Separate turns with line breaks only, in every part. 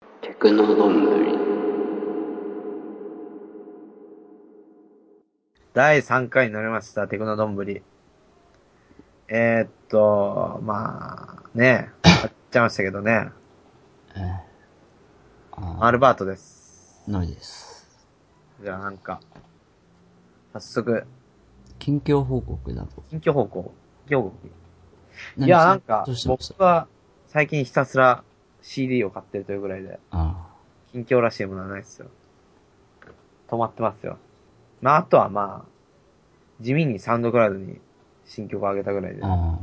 ト丼類
第3回になりました、テクノどんぶり。えー、っと、まあ、ね、買っちゃいましたけどね、
えー、あ
アルバートです。
ー、ないです。
じゃあなんか、早速、
近況報告だと。
近況報告。近況報告
何
いや、なんか
どうし、た
僕は最近ひたすら CD を買ってるというぐらいで、
あ
近況らしいものはないですよ。止まってますよ。まあ、あとはまあ、地味にサウンドクラウドに新曲を上げたぐらいで
あ、、あ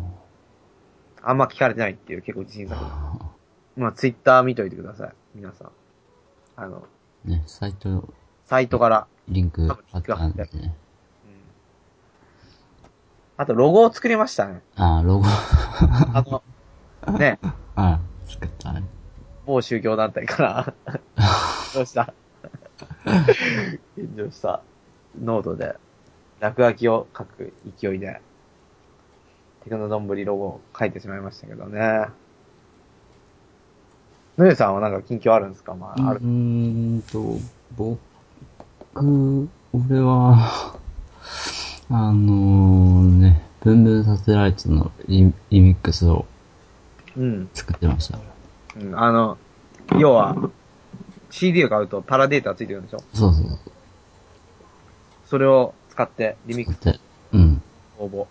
あんま聞かれてないっていう結構自信作で。
あ、
まあ、ツイッター見といてください。皆さん。あの、
ね、サイト、
サイトから。
リンク
多分
あったんでね。
うんあと、ロゴを作りました ね。
ああ、ロゴ、 あ
あの、ね、
あ、作ったね。
某宗教団体 からどうした炎上したノートで落書きを書く勢いでテクノどんぶりロゴを書いてしまいましたけどねのゆさんはなんか近況あるんですかま
う
あ、ある。
ーんと、僕、俺は、 あのね、ブンブンサテライトのリリミックスを
うん。
作ってました。
うん。あの、要は、CD を買うとパラデータついてるんでしょ
そうそうそう。
それを使ってリミックス
で、うん。
応募。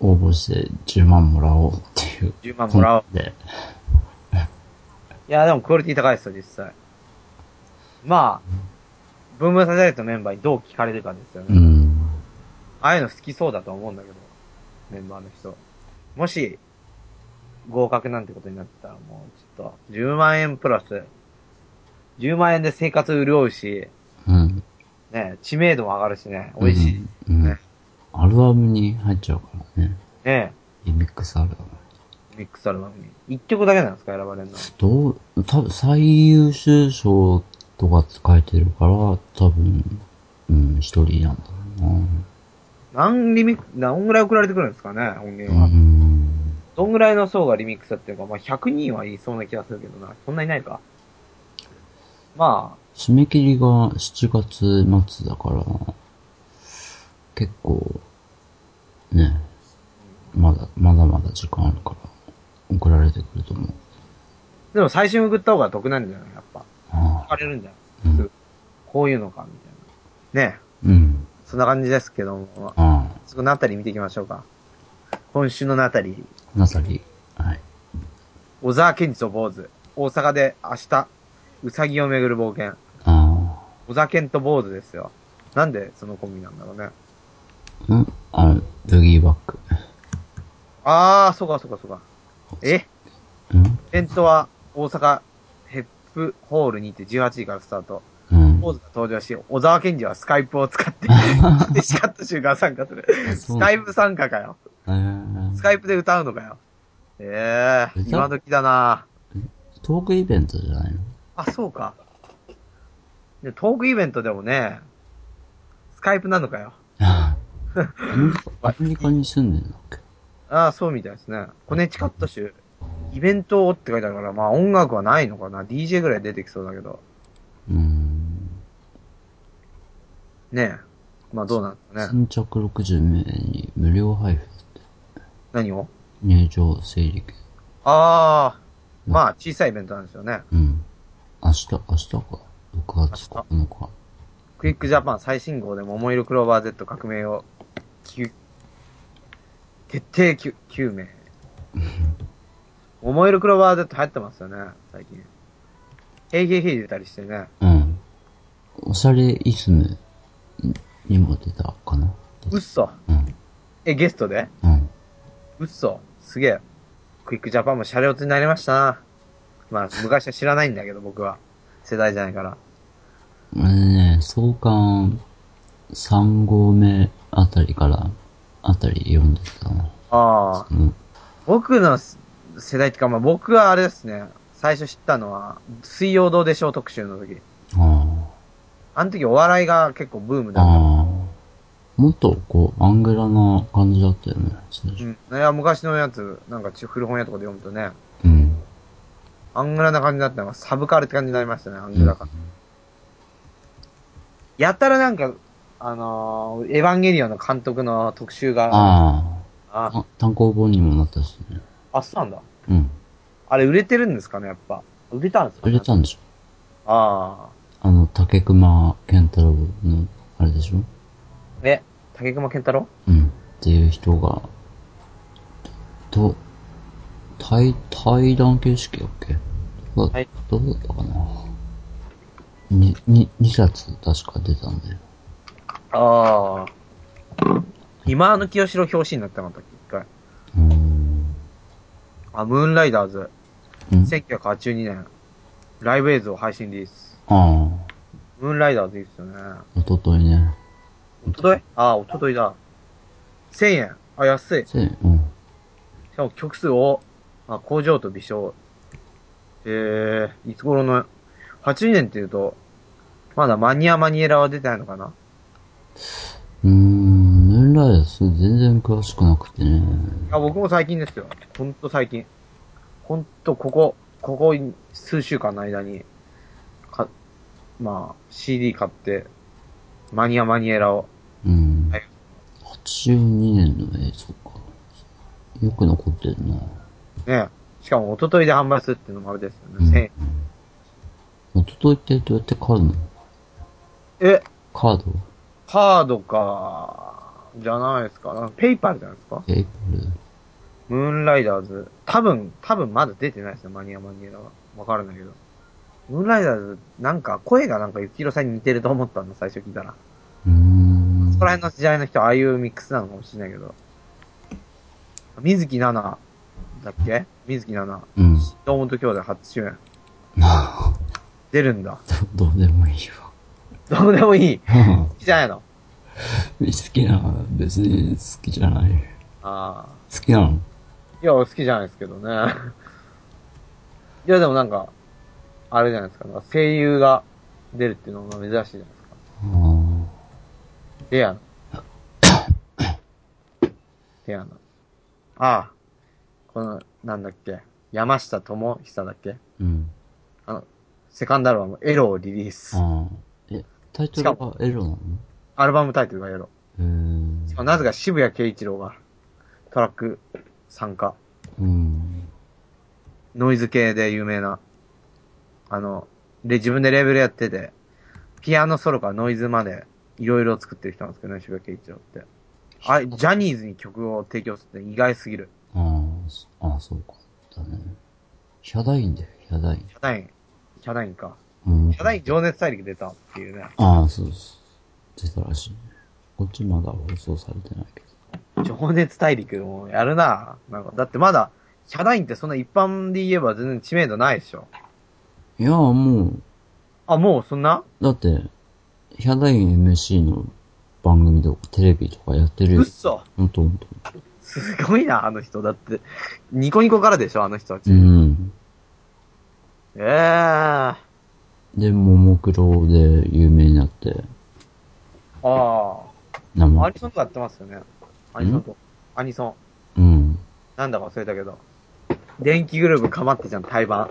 応募して10万もらおうっていう。
10万もらおう。
で、
いや、でもクオリティ高いですよ、実際。まあ、ブームサテライトのメンバーにどう聞かれるかですよね。
うん。
ああいうの好きそうだと思うんだけど、メンバーの人。もし、合格なんてことになったらもう、ちょっと、10万円プラス、10万円で生活潤うし、
うん。
ね、知名度も上がるしね、美味しい。
うん。うん
ね
アルバムに入っちゃうからね。
ね、
リミックスアルバム。
ミックスアルバムに。1曲だけなんですか、選ばれるのは。
どう、多分最優秀賞とか書いてるから、多分、うん、一人なんだろ
何リミック、何ぐらい送られてくるんですかね、音
う
源
な。
は
う。ん。
どんぐらいの層がリミックスやってるか、まあ、100人はいそうな気がするけどな。そんないないか。ま
締め切りが7月末だから、結構、ね、まだ、まだまだ時間あるから、送られてくると思う。
あ、でも最初に送った方が得なんじゃないやっぱ。
あ
聞
あ
かれるんじゃ
う
ない
ん
普通こういうのか、みたいな。ね
うん。
えそんな感じですけども、
ああ、
そこのあたり見ていきましょうか。今週のあたり、
なさり。はい。
小沢健二と坊主。大阪で明日、うさぎをめぐる冒険。
あ
小沢健と坊主ですよ。なんでそのコンビなんだろうね。
あ、うんあの、ブギーバック。
あー、そうかそうかそうか。え
うん
イベントは大阪ヘップホールにて18時からスタート。
うん。
ポーズが登場し、小沢健二はスカイプを使って、 で、シカット集が参加する。
そ
ス
う
カイプ参加かよ。
えー
スカイプで歌うのかよ。ええ
歌
今時だな
トークイベントじゃないの
あ、そうか。でトークイベントでもね、スカイプなのかよ。
アメリカアメリカに住んでんだっけ
ああ、そうみたいですね。コネチカット州。イベントをって書いてあるから、まあ音楽はないのかな。DJ ぐらい出てきそうだけど。
うーん。
ねえ。まあどうなんですかね。
先着60名に無料配布だって。
何を
入場整理券。
ああ、まあ小さいイベントなんですよね。
うん。明日、明日か。6月9日。
クイックジャパン最新号で桃色クローバー Z 革命を、き徹底きゅ究明。桃色クローバー Z 流行ってますよね、最近。ヘイヘイヘイ出たりしてね。
うん。おしゃれイズムにも出たかな。
うっそ。
うん。
え、ゲストで
うん。
うっそ。すげえ。クイックジャパンも車両になりましたな。まあ、昔は知らないんだけど、僕は。世代じゃないから。
俺ね、創刊3号目あたりから、あたり読んでたな。
ああ。
うん。
僕のす世代ってか、まあ僕はあれですね。最初知ったのは、水曜どうでしょう特集の時。
あ
あの時お笑いが結構ブーム
あ。
だった。
ああ。もっとこう、アングラな感じだったよね。最
う
初
ん。いや、昔のやつ、なんかち古本屋とかで読むとね、
うん。
アングラな感じになったのが、サブカルって感じになりましたね、アングラ感。やたらなんか、あのーエヴァンゲリオンの監督の特集が、あ
ああ
あ、
た。単行本にもなったしね。
あ、そうなんだ。
うん。
あれ売れてるんですかね、やっぱ。売れたんですか
売
ね、
れたんでしょ
あ
あの、竹熊健太郎の、あれでしょ
あ。え、竹熊健太郎
うん。っていう人が、と、対、対談形式だっけどうだ,、
はい
どうだったかなに、に、2冊確か出たんだよ。
ああ。今の清志郎表紙になってなかったっけ一回。
うーん。
あ、ムーンライダーズ。
うん
1982年。ライブ映像配信リリース。
あ
ムーンライダーズいいっすよね。
あ、一昨日ね。
おとといああ、おとといだ。1000円。あ、安い。し
せ、うん。
かも曲数を、あ、工場と微笑。えー、いつ頃の、82年っていうと、まだマニアマニエラは出てないのかな
うーん、ムーンライダース全然詳しくなくてね。
いや、僕も最近ですよ。ほんと最近。ほんと、ここ、ここ数週間の間に、か、まあ、CD 買って、マニアマニエラを。
うん
はい。
82年の映像か。よく残ってるな。
ねしかも、一昨日で販売するっていうのもあれですよね。
うん
1000円。
一昨日ってどうやってカードなの
え、
カード
カードか、じゃないですか。なんかペイパルじゃないですか。
え、こ
ムーンライダーズ。多分、多分まだ出てないですよ、マニアマニエラは。わからないけど。ムーンライダーズ、なんか、声がなんか、ゆきひろさんに似てると思ったんだ、最初聞いたら。
れ。うーん。
そこら辺の時代の人はああいうミックスなのかもしれないけど。水木奈々だっけ水木奈々。
うん。
堂本兄弟初主演。出るんだ。
どうでもいいわ。
どうでもいい。好きじゃないの
好きな、別に好きじゃない。
ああ。
好きなの
いや、好きじゃないですけどね。 いや、でもなんか、あれじゃないですか。なんか声優が出るっていうのも珍しいじゃないですか。
あ
レ アな。レアな。ああ。この、なんだっけ。山下智久だっけ
ーうん。
あの、セカンドアルバム、エロをリリース。
ああ。え、タイトルがエロなの
アルバムタイトルがエロ。
うーん。
なぜか渋谷慶一郎がトラック参加。
うん。
ノイズ系で有名な。あの、で、自分でレーベルやってて、ピアノソロからノイズまでいろいろ作ってる人なんですけどね、渋谷慶一郎って。あれ、ジャニーズに曲を提供するって意外すぎる。
ああ、そああ、そうか。だね。ヒャダインだよ、ヒャダイン
ヒ。ャダイン、ヒャダインか。
うん
ヒャダイン情熱大陸出たっていうね。
ああ、そうです。出たらしいね。こっちまだ放送されてないけど。
情熱大陸もやるななんか、だってまだ、ヒャダインってそんな一般で言えば全然知名度ないでしょ。
いや、もう、
あ、もうそんな
だって、ヒャダイン MC の番組とかテレビとかやってるよ。
嘘
ほんとほんと。
すごいな、あの人。だって、ニコニコからでしょ、あの人たち。
うん。
ええー。あ
で、ももクロで有名になって、
あ。
名
ア
前
ニ。ソンとかやってますよね。アニソンと。アニソン。
うん。
なんだか忘れたけど。電気グループかまってじゃん、対バン。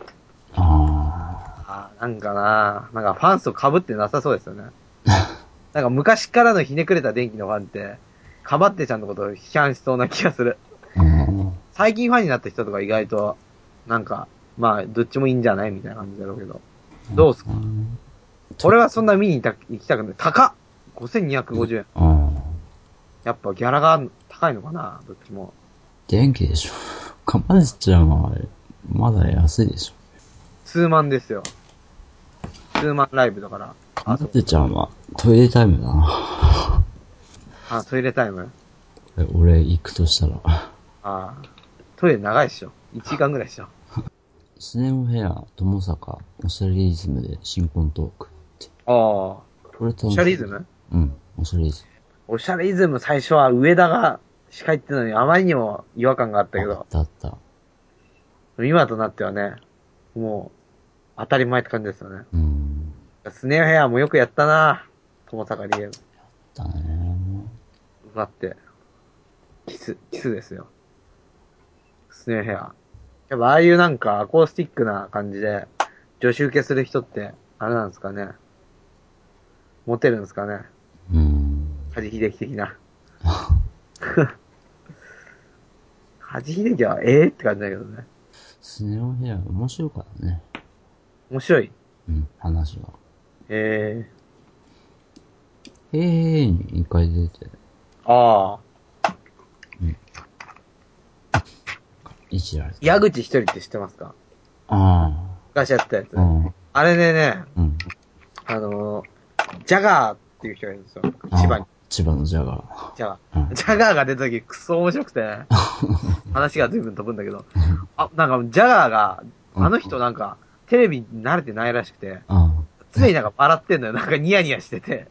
あ
あーなんかななんかファンスと被ってなさそうですよね。 なんか昔からのひねくれた電気のファンって、かばってちゃんのことを批判しそうな気がする。
あ。うん。
最近ファンになった人とか意外と、なんか、まあ、どっちもいいんじゃないみたいな感じだろうけど。どうすか俺はそんな見に行きた行きたくない。高っ !5250 円。
ああ。
やっぱギャラが高いのかなどっちも。
電気でしょ。 かまじちゃんは、まだ安いでしょ。
数万ですよ。数万ライブだから。
かまじちゃんはトイレタイムだな。
あ、トイレタイム
俺行くとしたら。
ああ。トイレ長いっしょ。1時間ぐらいっしょ。
スネムヘア、友坂、オシャレイズムで新婚トークって。
ああ。
これ楽しい
オシャレイズム
うん、オシャレイズ
オシャレイズム最初は上田が司会ってのにあまりにも違和感があったけ
ム。あっ
ど、
たあった。
今となってはね、もう当たり前って感じですよね。
うん。
スネアヘアもよくやったな友坂理恵。
だね。
待って。キス、キスですよ。スネアヘア。やっぱああいうなんかアコースティックな感じで、女子受けする人って、あれなんですかね。モテるんですかね。
うーん。
カジヒデキ的な。カジヒデキは、ええって感じだけどね。
スネロンヘア面白いからね。
面白い。
うん、話が。
ええ
ええー、に一回出て、
ああ。
いじられて。
矢口一人って知ってますか
あ
昔やってたやつ。
あ、うん、
あれでね、
うん。
あのージャガーっていう人がいるんですよ。
あー
千葉に。。
千葉のジャガ
ジャガ
ー。う
ー。
ん
ジャガーが出た時、クソ面白くて、ね、話が随分飛ぶんだけど。あ、なんか、ジャガーが、あの人なんか、テレビに慣れてないらしくて、
あ
常になんか笑ってんのよ。なんかニヤニヤしてて。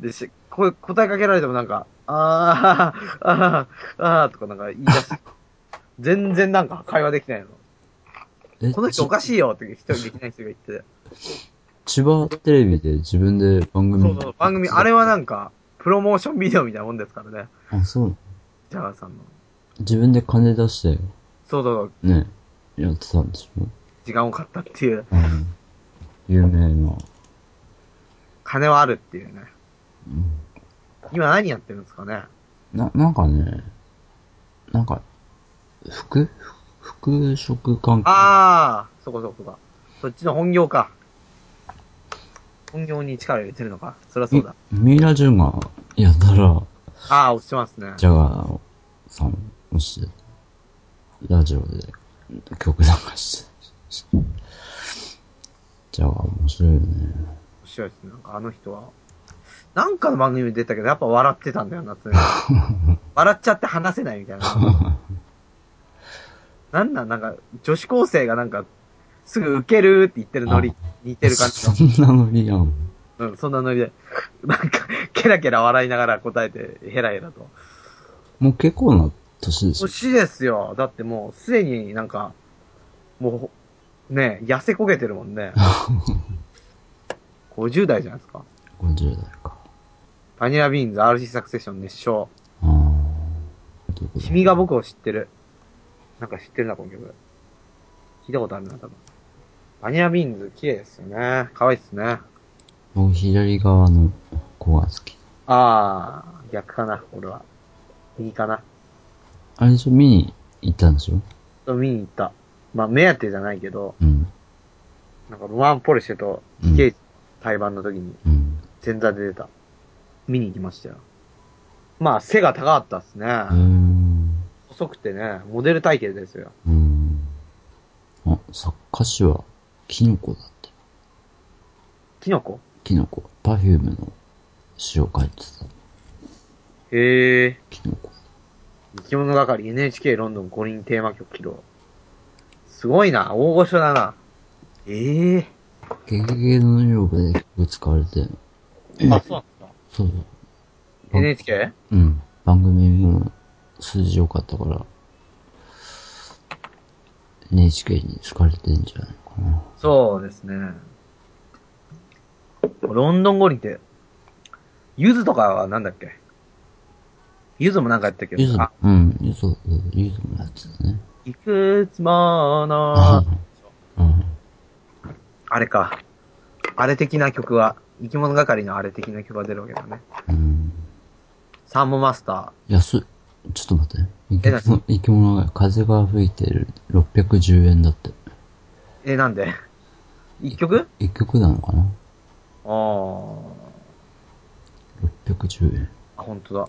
で、し、こ答えかけられてもなんか、あー、あー、あーとかなんか言い出して、全然なんか会話できないの。
ーえ
この人お
ち
かしいよって一人できない人が言って。
千葉テレビで自分で番組。
そうそう、番組、あれはなんか、プロモーションビデオみたいなもんですからね。
あ、そう。
ジャガーさんの。
自分で金出して、
そうそうそう、
ね、やってたんでしょ
時間を買ったっていう、
うん。有名な。
金はあるっていうね。
うん
今何やってるんですかね。
な、なんかね、なんか、服服飾関係。
あー、そこそこか。そっちの本業か。本業に力を入れてるのか。そりゃそうだ。
ミイラジュンがやったら、
あー、落ちてますね。
ジャガーさんをして、ラジオで曲流して、ジャガー面白いよね。
面白いですね。なんかあの人は。なんかの番組に出たけど、やっぱ笑ってたんだよな、常に笑っちゃって話せないみたいな。なんなん、なんか、女子高生がなんか、すぐ受けるって言ってるノリ、似てる感じの。
そんなノリやん。
うん、そんなノリで。なんか、ケラケラ笑いながら答えて、ヘラヘラと。
もう結構な年でしょ。
年ですよ。だってもう、すでになんか、もう、ねえ、痩せこけてるもん ね。50代じゃないですか。
50代か。
バニラビーンズ RC サクセッション熱唱。
あー。どういうこと
君が僕を知ってる。なんか知ってるな、この曲。聞いたことあるな、多分。バニラビーンズ、綺麗ですよね。可愛いっすね。
僕左側の子が好き。
あー、逆かな、俺は。右かな。
あれでしょ、見に行ったんでしょ
と見に行った。まあ、目当てじゃないけど、
うん。
なんかロマンポルシェと
うん
ケイ対バンの時に
うん。
前座で出た。見に行きましたよ。まあ、背が高かったっすね。
うーん。
細くてね、モデル体型ですよ。
うーん。あ、作家詞は、キノコだって。
キノコ
キノコ。パフュームの詩を書いてた。
へー。
キノコ。
生き物係 NHK ロンドン五輪テーマ曲披露。すごいな、大御所だな。ええ
ゲゲゲの女房で曲使われてるの。
あ、そうなんだ。
そうそう。
NHK?
うん。番組も数字良かったから、NHK に好かれてんじゃないかな。
そうですね。ロンドン五輪って、ゆずとかはなんだっけゆずもなんかやったけ
ゆず
ど、あ、、
うん、ゆず、ゆずもやってたね。
いくつもの、
うん。
あれか。あれ的な曲は、生き物係のあれ的な曲が出るわけだね。
うん。
サンボマスタ
安い。ちょっと待って。生
え何
き物生き物が、風が吹いてる610円だって。
ー。え、なんで一曲
一曲なのかな
ああ。
?610 円。
あ、本当だ。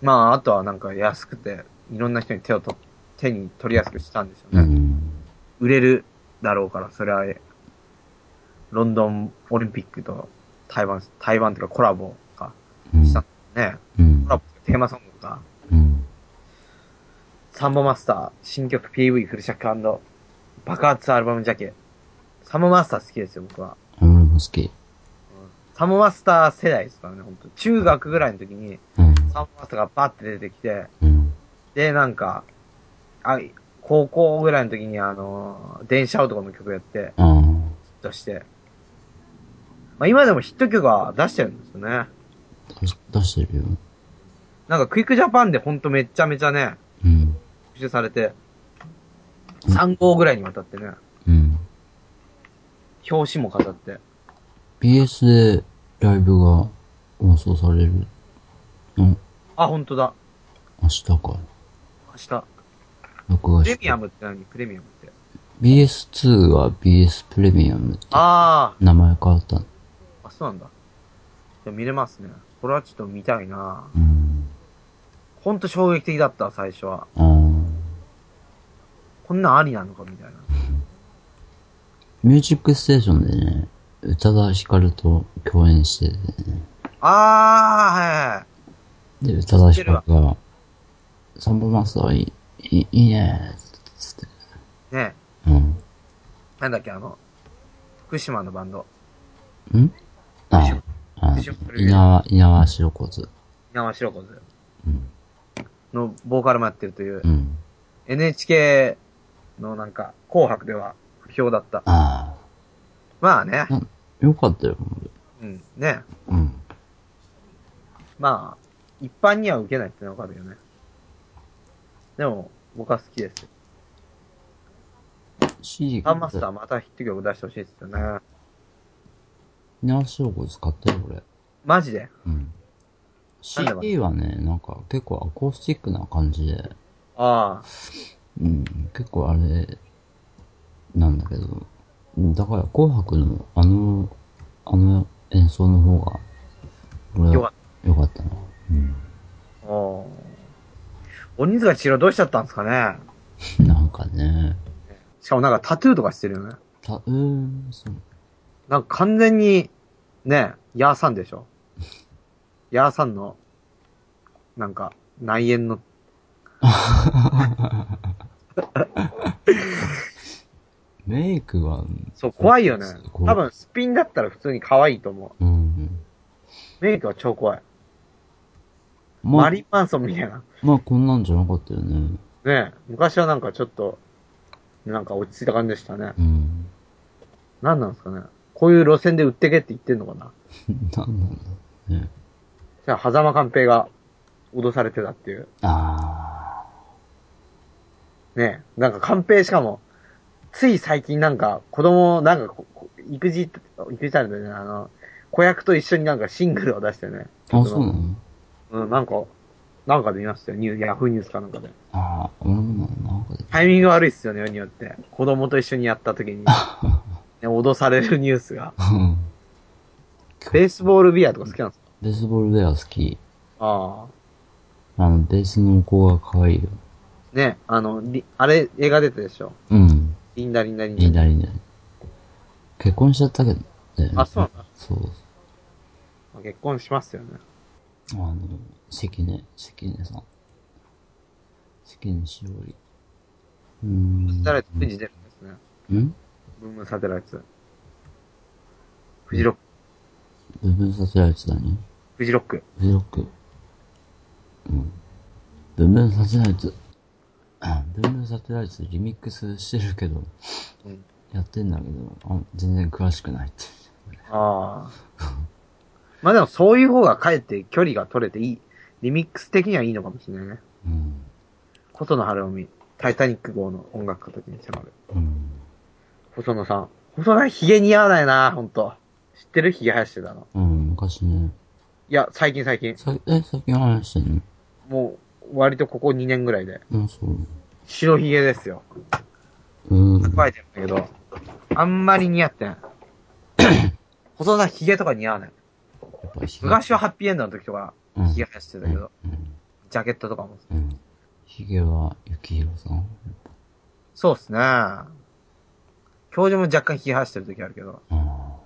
まあ、あとはなんか安くて、いろんな人に手をと、手に取りやすくしたんですよ
う
ね。
ん。
売れるだろうから、それは、ロンドンオリンピックと台湾、台湾というかコラボか、
うん。
したんだよね。
うん
コラボというかテーマソングか。
うん。
サンボマスター、新曲 PV フル尺爆発アルバムジャケ。サンボマスター好きですよ、僕は。
俺も好き。
サンボマスター世代ですからね、本当中学ぐらいの時に、
うん。
サンボマスターがバッて出てきて、
うん。
で、なんか、あ、高校ぐらいの時にあのー、電車男の曲やって、
ああ。
出して。まあ今でもヒット曲は出してるんですよね。
出し出してるよ。
なんかクイックジャパンでほんとめちゃめちゃね、
うん。
復習されて、 3号ぐらいにわたってね、
うん。
表紙も飾って。
BS でライブが放送されるの
あ、本当だ。
明日か。
明日。
録画
プ
し
レミア
て。
ムって何プレミアムって。
BS2 は BS プレミアムって
あ
名前変わった。
あ、あ、そうなんだ。じゃあ見れますね。これはちょっと見たいな
うん。
ほんと衝撃的だった、最初は。
あー
こんなんありなのかみたいな。
ミュージックステーションでね、宇多田ヒカルと共演しててね。
あー、はいはい。
で、宇多田ヒカルが、サンボマスターいい、いいねつって。
ね
うん。
なんだっけ、あの、福島のバンド。
んああ、
でしょこれ
稲葉、稲葉白骨。
稲葉白子ズ
うん。
のボーカルもやってるという
う、ん。
NHK のなんか、紅白では不評だった。
あ
まあね
あ。。よかったよ、
うん、ね
うん。
まあ、一般には受けないってのはわかるよね。でも、僕は好きですよ。
C
サンマスターまたヒット曲出してほしいですよね。
稲葉白骨使ってる、俺。
マジで
うん。
なんでわかる
CD はね、なんか結構アコースティックな感じで、
ああ。
うん、結構あれ、なんだけど、うんだから紅白のあの、あの演奏の方が、俺
よか
は
っ
良かったな。うん。
た。おー鬼塚千尋どうしちゃったんですかね
なん かね、
しかもなんかタトゥーとかしてるよね。
た、うーん、そう。
なんか完全に、ね、ヤーさんでしょ。ヤーさんの、なんか、内縁の。
メイクは、
そう、怖いよね
こ。う
多分、スピンだったら普通に可愛いと思う。
うん。
メイクは超怖い。
ま
マ
あ、
リン・マンソンみたいな。
まあこんなんじゃなかったよね。
ね昔はなんかちょっと、なんか落ち着いた感じでしたね。
うん。
何なんですかね。こういう路線で売ってけって言ってんのかな。
なんなんだろうね。
じゃあ、狭間寛平が脅されてたっていう。
あ
ねなんか寛平しかも、つい最近なんか、子供、なんかこ、こ育児、育児タレントね、あの、子役と一緒になんかシングルを出してね。
あ。あ、そうなの
うん、なんか、なんかで見ましたよ。ニュー、ヤフーニュースかなんかで。
ああ、俺もなんかで。
タイミング悪いっすよね、世によって。子供と一緒にやった時に、ね、脅されるニュース が。
うん
ベースボールビアとか好きなんですか
ベースボールウェア好き。
あ
あの、ベースの子が可愛いよ。
あ。ね、あの、りあれ、映画出たでしょ。
うん。
リンダリンダリンダ。
いいな、いいな。結婚しちゃったけどね。
あそうなんだ
そう。
まあ結婚しますよね。
あの、関根、関根さん。関根しおり。うーん。
サテライト、フジ出るんですね。
ん
ブームサテライト。フジロック、
部分サテライト何
フジロック。
フジロック。うん。ブンブンサテライト。あブンブンサテライトリミックスしてるけど、
うん
やってんだけど、あ全然詳しくないって。
ああ。 まあでもそういう方がかえって距離が取れていい。リミックス的にはいいのかもしれないね。
うん。
細野晴臣、タイタニック号の音楽家的に迫る。
うん。細
細野さん。細野さん、髭似合わないな、ほんと。知ってる髭生やしてたの。
うん、昔ね。
いや、最近最近。
さえ、最近話してん
もう、割とここ2年ぐらいで。
のうん、そう。
白髭ですよ。
うん。
生えてるんだけど、あんまり似合ってない。 細田髭とか似合わない。
やっぱひげ
昔はハッピーエンドの時と
う
か、
ん
髭生やしてたけど、
うん。
ジャケットとかも。
うん。ひげは、ゆきひろさん
そうっすね。教授も若干髭生やしてる時あるけど、
あ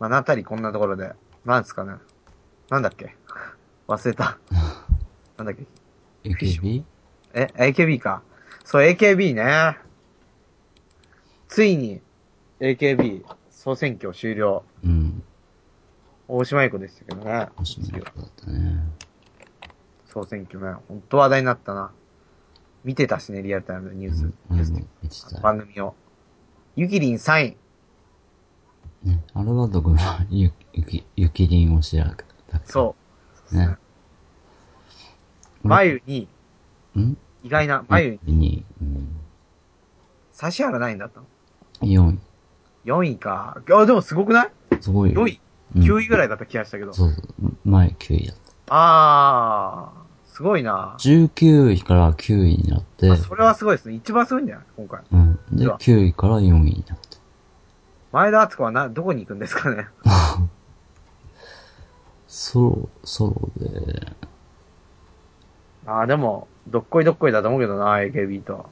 まあ、なたりこんなところで、なんですかね。なんだっけ忘れ た。なんだっけ
ー AKB?
え、AKB か。そう、AKB ね。ついに、AKB 総選挙終了。
うん。
大島優子でしたけどね。
おしめだったね。
総選挙ね、本当話題になったな。見てたしね、リアルタイムでニュース、
う
ニュース
ん
っていう。
見てた
か番組を。ゆきりん3位。
ね、あれだところは、ゆ、ゆき、ゆきりんを知らなかった。
そう。
ね。
まゆ2位。
うん
意外な、まゆ
に、うん。
指原何位だったの
4位。
?4 位か。あ、でもすごくない
すごいよ。
?4 位
うん
?9 位ぐらいだった気がしたけど。
そうそう。前9位だった。
あー、すごいな。
19位から9位になって
あ、それはすごいですね。一番すごいんじゃない今回。
うん。で、
では
9位から4位になった。
前田敦子はな、どこに行くんですかね
ソロ、ソロで、
あー、でも、どっこいどっこいだと思うけどな、AKB と。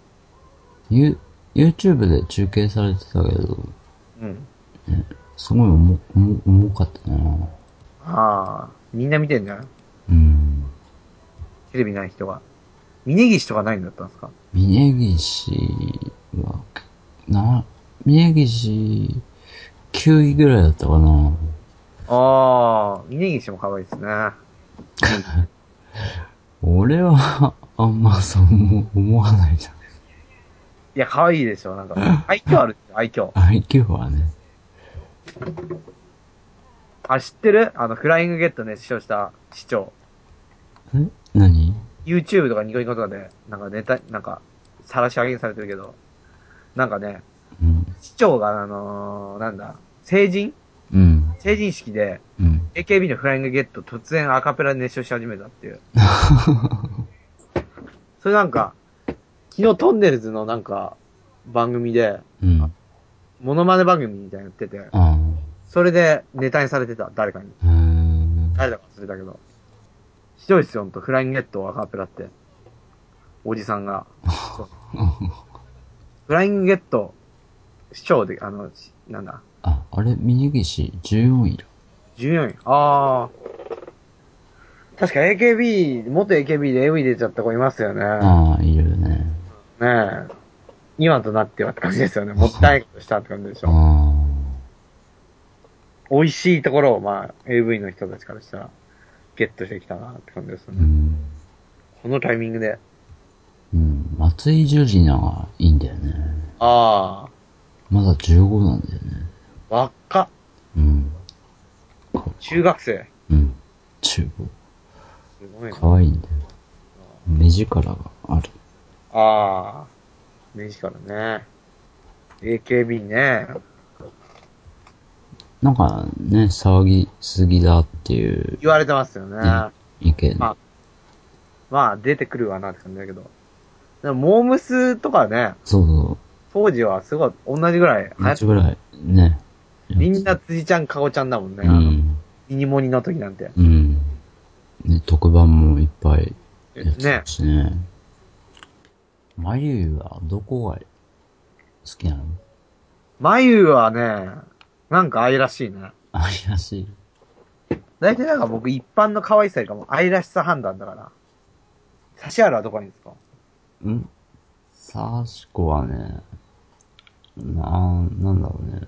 ユ YouTube で中継されてたけど、
うん。
すごい重、重、重かったな
あー、みんな見てんじゃない
うん。
テレビない人が。峯岸とか何位だったんですか
峯岸は、な、峯岸、9位ぐらいだったかな
あー、峯岸も可愛いですね。
俺は、 あんまそう思思わないじゃん。
いや、可愛いでしょ、なんか。愛嬌あるでしょ、愛嬌。
愛嬌はね。
あ、知ってるあの、フライングゲットね、視聴した市長。
え何
YouTube とかニコニコとかで、なんかネタ、なんか、晒し上げにされてるけど、なんかね、
うん。
市長があのー、なんだ、成人
うん。
成人式で、
うん。
AKB のフライングゲット突然アカペラで熱唱し始めたっていう。それなんか、昨日トンネルズのなんか、番組で、
うん。あ
モノマネ番組みたいなのやってて、
あ。
それでネタにされてた、誰かに。
うーん。
誰だか忘れたけど。ひどいっすよ、ほんと。フライングゲットをアカペラって。おじさんが。そうフライングゲット、市長で、あの、しなんだ、
あ、あれ、峯岸14位だ。
14位。あー。確か AKB、元 AKB で AV 出ちゃった子いますよね。
ああ、いるね。
ねえ。今となってはって感じですよね。もったいないことしたって感じでし
あ
ょ。
あ。
美味しいところを、まあ、AV の人たちからしたら、ゲットしてきたなって感じですよ
う
ね。
ん。
このタイミングで。
うん。松井十里奈はいいんだよね。
あ
まだ15なんだよね。
ー、輪っか。
うん。
中学生。
うん。中国。
すごいな。
可愛いんだよ。目力がある。
ああ、目力ね。AKB ね。
なんかね、騒ぎすぎだっていう
言われてますよね。ま
意見。
あ、まあ、出てくるわなって感じだけど。でも、モームスとかね、
そうそ
当時はすごい同じぐらい
う。
流行
同
っ
じぐらい。ね。
みんな辻ちゃん、かごちゃんだもんね。
う
あの、
ん。
ミニモニの時なんて。
うん。ね、特番もいっぱいやって
ね
た。しね。まゆゆはどこが好きなの
眉はね、なんか愛らしいね。
愛らしい。
大体なんか僕一般の可愛さよりかも愛らしさ判断だから。指原はどこにいるんですか
んサーシコはね、な、なんだろうね。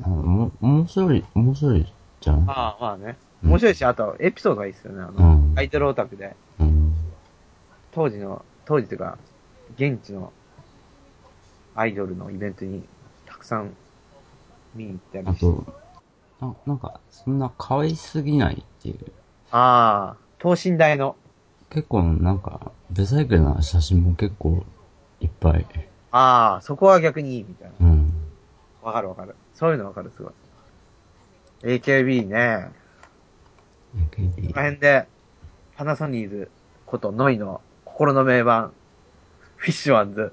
なんだろうも、面白い、面白いじゃん。
ああ、まあね。面白いし、あとエピソードがいいですよね。あ
う
の、
ん
アイドルオタクで。
うん。
当時の、当時というか、現地のアイドルのイベントにたくさん見に行った
あ
りして。
と、ななんか、そんな可愛すぎないっていう。
ああ、等身大の。
結構なんか、不細工な写真も結構いっぱい。
ああ、そこは逆にいいみたいな。
うん。
わかるわかる。そういうのわかる、すごい。AKB ね。この
AKB。
辺で、パナソニーズことノイの心の名盤、フィッシュマンズ、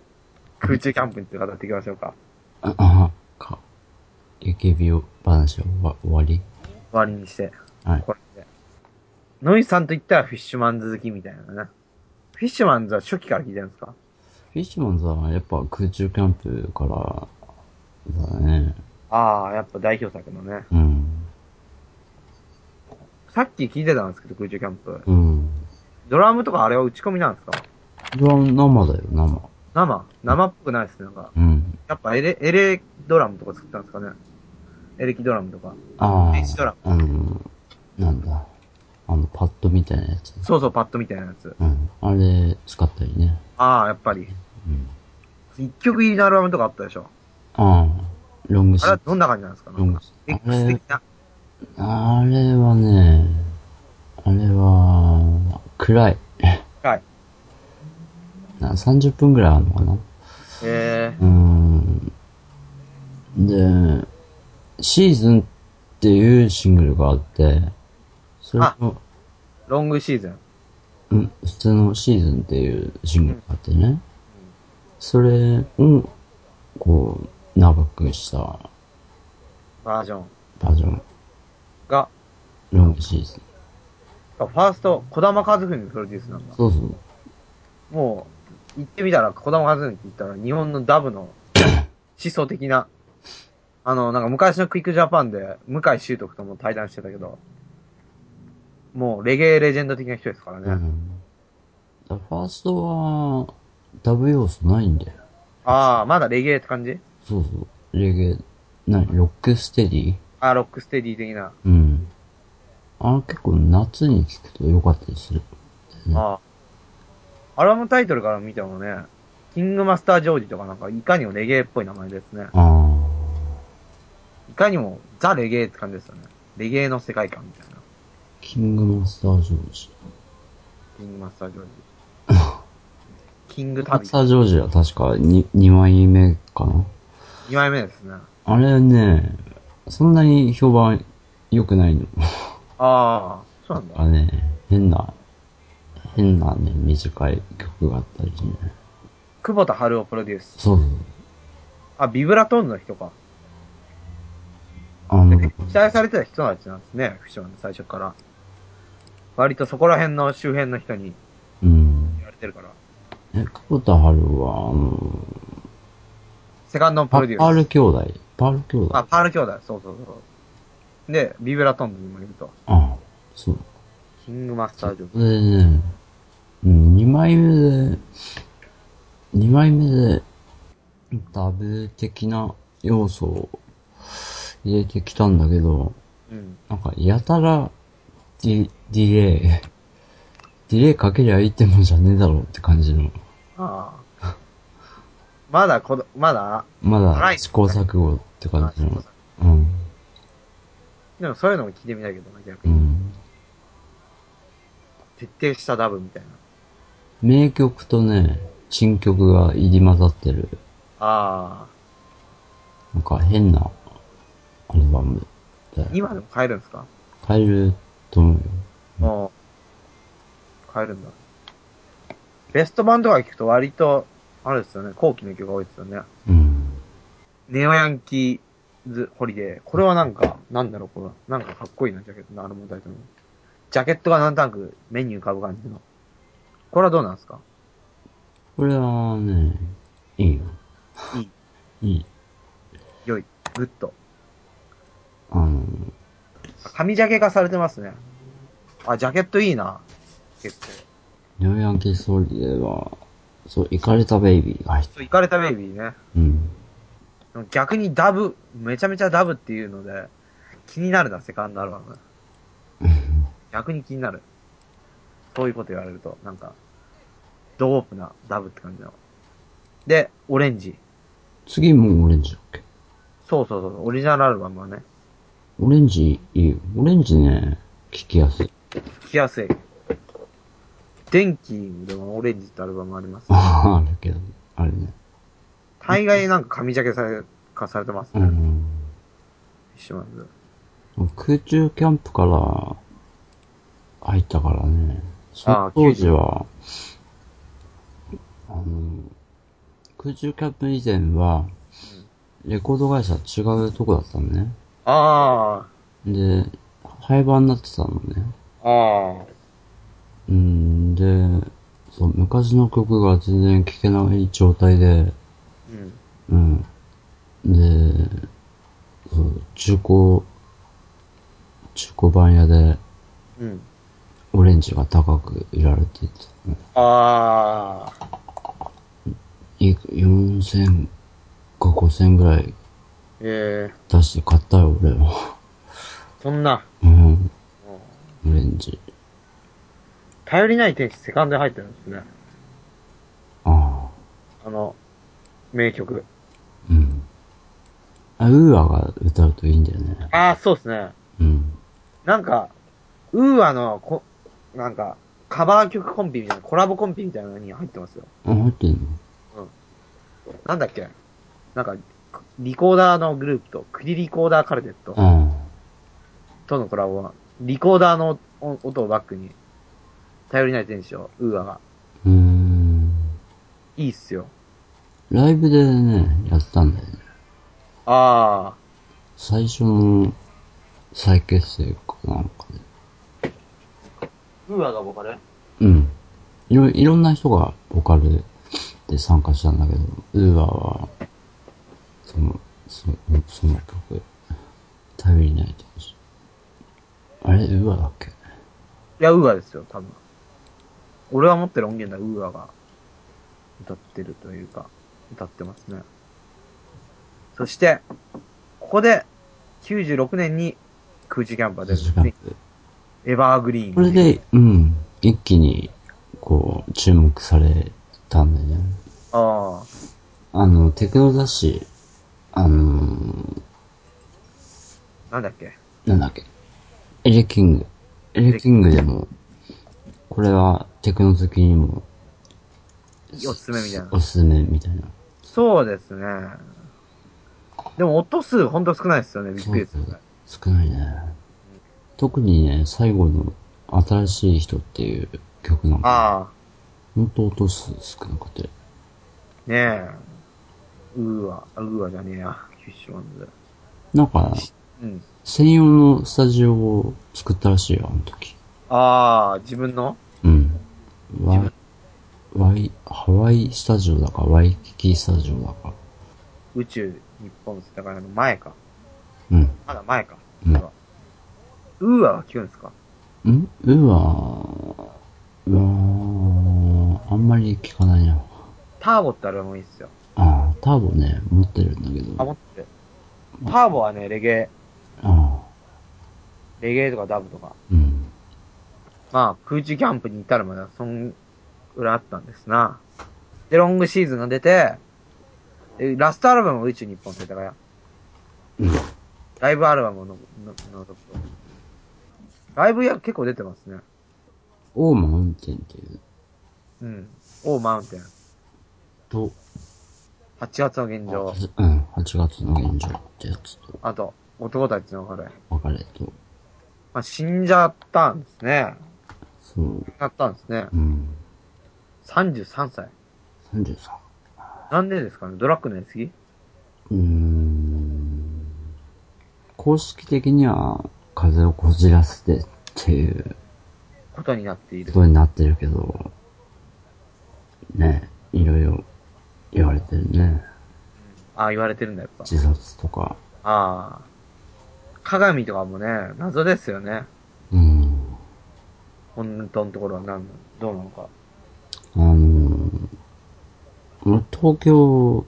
空中キャンプについて語っていきましょうか。
あ、あ、か。AKB を話は終わ終わり
終わりにして。
はい。
これで。ノイさんと言ったらフィッシュマンズ好きみたいなね。フィッシュマンズは初期から聞いてるんですか
フィッシュマンズはやっぱ空中キャンプから、だね。
ああ、やっぱ代表作のね。
うん。
さっき聞いてたんですけど、空中キャンプ。
うん。
ドラムとかあれは打ち込みなんですか
ドラム生だよ、生。
生生っぽくないですね、なんか。
うん。
やっぱエレ、エレドラムとか作ったんですかね。エレキドラムとか。
ああ。
電子ドラ
あの、なんだ。あの、パッドみたいなやつ。
そうそう、パッドみたいなやつ。
うん。あれ、使ったりね。
ああ、やっぱり。
うん。
一曲入りのアルバムとかあったでしょ。
ああ。ロングシ
あれは
ッ
どんな感じなんですか
ロングシ
エッ
あ
クス
れ
的、な。
あれはね、あれは、暗い。
はい。
な30分ぐらいあるのかな
え
うーん。で、シーズンっていうシングルがあって、それも、
ー、ロングシーズン。
うん、普通のシーズンっていうシングルがあってね。それを、こう、長くした
バージョン
バージョン、
が、
ロングシーズン。
ファースト、小玉和文プロデュースなんだ。
そうそう。
もう、行ってみたら、小玉和文って言ったら、日本のダブの思想的な、あの、なんか昔のクイックジャパンで、向井修徳とも対談してたけど、もうレゲエレジェンド的な人ですからね。
うん。だファーストは、ダブ要素ないんだよ。
ああ、まだレゲエって感じ
そうそう。レゲエ、な、ロックステディ
ああ、ロックステディ的な。
うん。あ結構夏に聞くと良かったりする。
ああ。アルバムタイトルから見てもね、キングマスタージョージとかなんか、いかにもレゲエっぽい名前ですね。
ああ。
いかにもザ・レゲエって感じですよね。レゲエの世界観みたいな。
キングマスタージョージ。
キングマスタージョージ。キングタ
マ
ビ
ス。タージョージは確か 2, 2枚目かな。
2枚目ですね。
あれね、そんなに評判良くないの。
ああ、そうなんだ。
あね、変な、変なね、短い曲があったりね。
久保田春夫プロデュース。
そうそう。
あ、ビブラトーンの人か。
あの、
期待されてた人たちなんですね、フィッションで最初から。割とそこら辺の周辺の人に
うん。
言われてるから。
え、久保田春は、あの、
セカンドのプ
パ
ロデュー
ー
ス。
ル兄弟。パール兄弟。
あ、
あ
パール兄弟、そうそうそう。で、ビブラトーンにもいると。
あ、そう。
キングマスタージョージ。
でね、うん、2枚目で、2枚目で、ダブ的な要素を入れてきたんだけど、
うん。
なんかやたらディ、ディレイ、ディレイかけりゃいいってもんじゃねえだろうって感じの、
ああ。まだこの、まだ、
ま
は
だ
い
試行錯誤って感じ
あ
の、うん、
でもそういうのも聞いてみたいけどな、
う
逆に。
ん。
徹底したダブみたいな。
名曲とね、新曲が入り混ざってる、
ああ。
なんか変なアルバムだよ。
今でも買えるんですか
変えると思うよ。
もう、変えるんだ。ベスト版とか聞くと割と、あれですよね、後期の曲が多いですよね。
うん。
ネオヤンキーズホリデー。これはなんか、なんだろう、これは。なんかかっこいいな、ジャケットのアルバムタイトルの。ジャケットがなんとなくメニュー浮かぶ感じの。これはどうなんですか
これはね、いいよ。いい。いい。
良い。グッド。
あの、
紙ジャケ化されてますね。あ、ジャケットいいな。結構。
ニューヤンキーストーリーでは、そう、イカれたベイビーが入って
そう、イカれたベイビーね。
うん。
逆にダブ、めちゃめちゃダブっていうので、気になるな、セカンドアルバム。逆に気になる。そういうこと言われると、なんか、ドープなダブって感じの。で、オレンジ。
次もうオレンジだっけ
そうそうそう、オリジナルアルバムはね、
オレンジいいよ。オレンジね、聞きやすい。
聞きやすい。電気でもオレンジってアルバムあります。
ああるけど、あれね。
大概なんか紙ジャケされ化されてます
う
ね。
ん。
一緒なんで。
空中キャンプから入ったからね。そ
あ
の
あ
当時は、あの、空中キャンプ以前は、レコード会社違うとこだったのね。
あ
で、廃盤になってたのね。
あ、ああ。
うん、で、そう、昔の曲が全然聴けない状態で、
うん。
うん。で、そう中古、中古版屋で、
うん。
オレンジが高く売られてて、
ああ。
い4000か5000ぐらい
ええ
出して買ったよ、俺は。
そんな、
うん。オレンジ。
頼りない天使セカンドに入ってるんですね。
ああ。
あの、名曲。
うん。あ、ウーアが歌うといいんだよね。
ああ、そうですね。
うん。
なんか、ウーアの、こ、なんか、カバー曲コンビみたいな、コラボコンビみたいなのに入ってますよ。
あ、入ってんの
なんだっけなんか、リコーダーのグループと、クリリコーダーカルテット
うん。
とのコラボは、リコーダーの音音をバックに、頼りない天使を、ウーアが。
うーん。
いいっすよ。
ライブでね、やったんだよね。
あ
最初の再結成かなんかで。
ー。ウーアがボカル
うん。いろ、いろんな人がボカルで参加したんだけど、ウーバーは、その、その、その曲、頼りないでほしい。あれ、ウーバーだっけ
いや、ウーアですよ、多分。俺は持ってる音源だ、ウーアが歌ってるというか、歌ってますね。そして、ここで、96年に空中キャンパーで
確かに。
エバーグリーン。
これで、うん、一気に、こう、注目されたんだよね。
ああ、
あの、テクノ雑誌、あのー
なんだっけ。
なんだっけ。エレキング。エレキングでも、これはテクノ好きにも、
おすすめみたいな
おすすめみたいな。
そうですね。でも、音数ほんと少ないですよね、びっくりです
そ
よ
う
ね。
少ないね。特にね、最後の新しい人っていう曲なんか、
ああ、
ほんと音数少なくて。
ねえ。ウーア、あウーアじゃねえや、キュッシュマンズ。
なんか、
うん。
専用のスタジオを作ったらしいよ、あの時。
ああ、自分の
うん。ワイ、ワイ、ハワイスタジオだか、ワイキキスタジオだか。
宇宙日本世界の前か。
うん。
まだ前か。
うん
ウーアは聞くんですか
んうわーうわーあんまり聞かないな。
ターボってアルバムいいっすよ。
ああ、ターボね、持ってるんだけど。
あ、持ってる。ターボはね、レゲエ、
あ
レゲエとかダブとか。
ーうん。
まあ、空中キャンプに至るまでは、そんぐらいあったんですな。で、ロングシーズンが出て、でラストアルバムは宇宙日本世田谷。
うん。
ライブアルバムの、の、の、ライブや結構出てますね。
オーマウンテンっていう、
うん。オーマウンテン。
と、
8月の現状。
うん、8月の現状ってやつと、
あと、男たちの彼。
別れと、
まあ、死んじゃったんですね。
そう、
亡くなったんですね。
うん、
33歳。
33。
なんでですかねドラッグのやりすぎ
うーん、公式的には風邪をこじらせてっていう
ことになっている
こ。とになってるけど、ね、いろいろ言われてるね。
ああ、言われてるんだ、やっぱ。
自殺とか。
ああ。鏡とかもね、謎ですよね。
うん。
本当のところは何なのどうなのか。
あの俺東京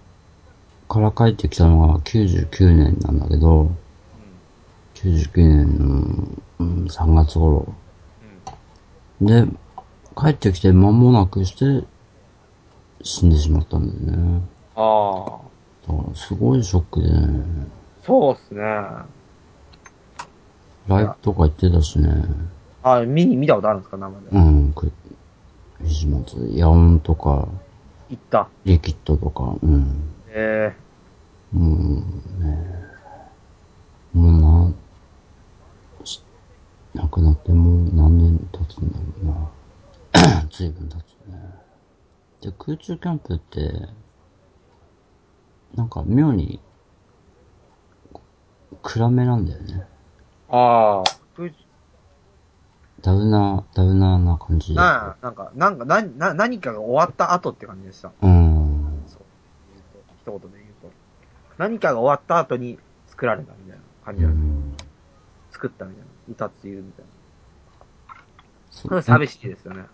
から帰ってきたのが99年なんだけど、99年の、うん、3月頃。で、帰ってきて間もなくして、死んでしまったんだよね。
ああ。
だからすごいショックでね。
そうっすね。
ライブとか行ってたしね。
あ、見に、見たことあるんですか生で。
うん、く、藤本、ヤオンとか、
行った。
リキッドとか、うん。
ええ
もうね、もうな、し亡くなってもう何年経つんだろうな。 随分経つね。で、空中キャンプって、なんか妙に、こ暗めなんだよね。
ああ。ふじ
ダウナー、ダウナーな感じで。
な、なんか、なんか、な、な、何かが終わった後って感じでした。
うん。
そう。一言で言うと。何かが終わった後に作られたみたいな感じ
う
なんです
ん。
作ったみたいな。歌っていうみたいな。
そ
それは寂しいですよね。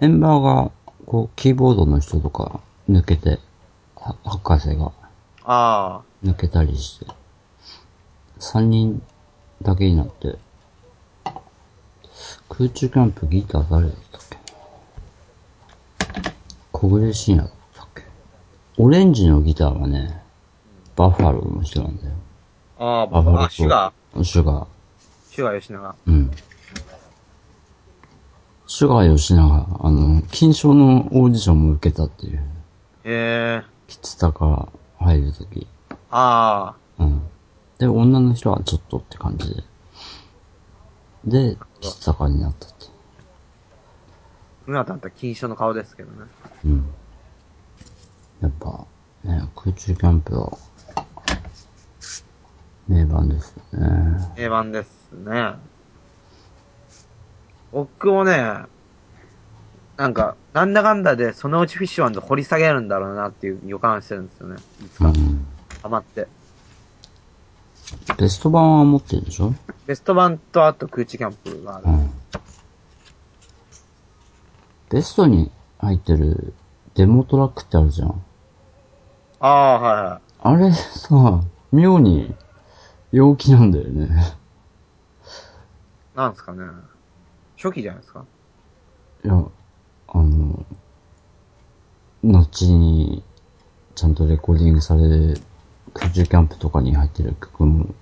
メンバーが、こう、キーボードの人とか抜けて、は博士が。
あ
抜けたりして、三人だけになって、空中キャンプギター誰だったっけ小暮慎也だったっけオレンジのギターはね、バッファローの人なんだよ。
あ。ああ、
バッファロー
あ、シュガ
ー。シュガ
ー、シュガー吉永。
ー。うん。シュガー吉永、あの、金賞のオーディションも受けたっていう。
ええ
吉高入るとき。
ああ、
うん。で、女の人はちょっとって感じで。で、吉高になったって。
ルナタンとは金賞の顔ですけどね。
うん。やっぱ、ね、空中キャンプは、名盤ですよね。
定番ですね。僕もね、なんか、なんだかんだで、そのうちフィッシュワンズ掘り下げるんだろうなっていう予感してるんですよね。いつ
う
か。
ん。
ハマって。
ベスト版は持ってるでしょ
ベスト版とあと空中キャンプがある
う。ん。ベストに入ってるデモトラックってあるじゃん。
ああ、はいは
あ
い。
れさ、妙に陽気なんだよね。
なんですかね。初期じゃないですか。
いや、あの、後にちゃんとレコーディングされる空中キャンプとかに入ってる曲も、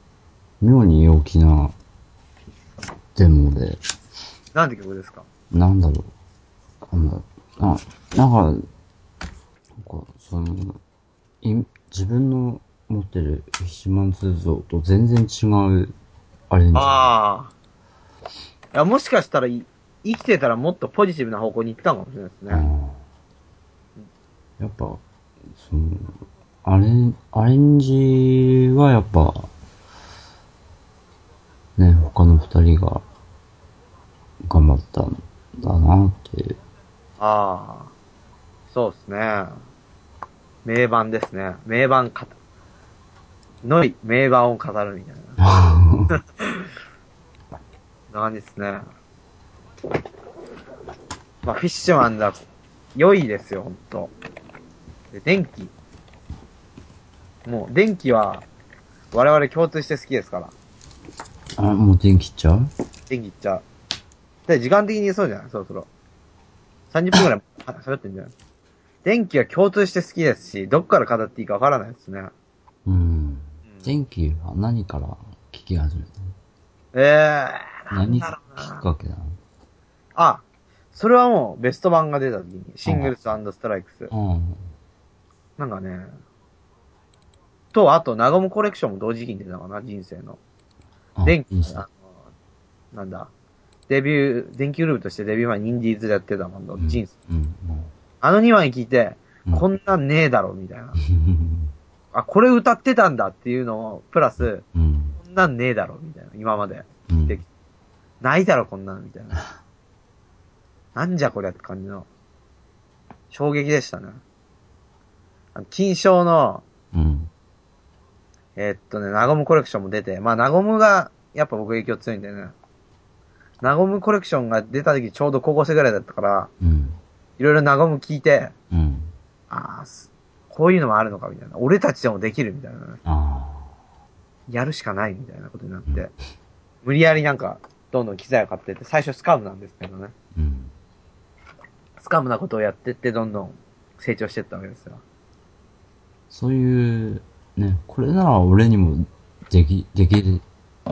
妙に陽気なデモで、
なんて曲ですか
なんだろう。あの、あ、なんか、なんか、その、い自分の持ってるフィッシュマンズ像と全然違う、あれに。
ああ。いや、もしかしたらい、生きてたらもっとポジティブな方向に行ったのかもしれないです
う
ね。
んやっぱ、その、アレン、アレンジはやっぱ、ね、他の二人が頑張ったんだなっていう。
ああ。そうですね。名盤ですね。名盤か、のい、名盤を語るみたいな。そんな感じですね。まあ、フィッシュマンだ。良いですよ、ほんと。で、電気。もう、電気は、我々共通して好きですから。
あ、もう電気切っちゃう
電気いっちゃう。で、時間的にそうじゃないそろそろ。30分 くらいあ喋ってんじゃない電気は共通して好きですし、どっから語っていいかわからないですね。
うん。電気は何から聞き始めたの
ええー、なん
何
だろう
きっ
な。
かけなの
あ、それはもうベスト版が出た時に、シングルスストライクス。
うん。
なんかね、と、あと、ナゴムコレクションも同時期に出たかな、人生の。
あ
電気
いいっす、ね
あの、なんだ、デビュー、電気グループとしてデビュー前にインディーズでやってたもんの、人生。
うん。
あの2枚聞いて、
うん
こんなんねえだろ、みたいな。
うん。
あ、これ歌ってたんだっていうのを、プラス、
うん。
こんなんねえだろ、みたいな、今まで。
うん
でないだろ、こんなの、みたいな。なんじゃこりゃって感じの、衝撃でしたね。あの金賞の、
うん。
えーっとね、ナゴムコレクションも出て、まあ、ナゴムが、やっぱ僕影響強いんだよね。ナゴムコレクションが出た時ちょうど高校生ぐらいだったから、
うん。
いろいろナゴム聞いて、
うん。
ああ、すこういうのもあるのか、みたいな。俺たちでもできる、みたいなね。
あ
やるしかないみたいなことになって、無理やりなんか、どんどん機材を買ってって、最初スカムなんですけどね。
あ。うん。
スカムなことをやってって、どんどん成長していったわけですよ。
そういう、ね、これなら俺にもでき、できる、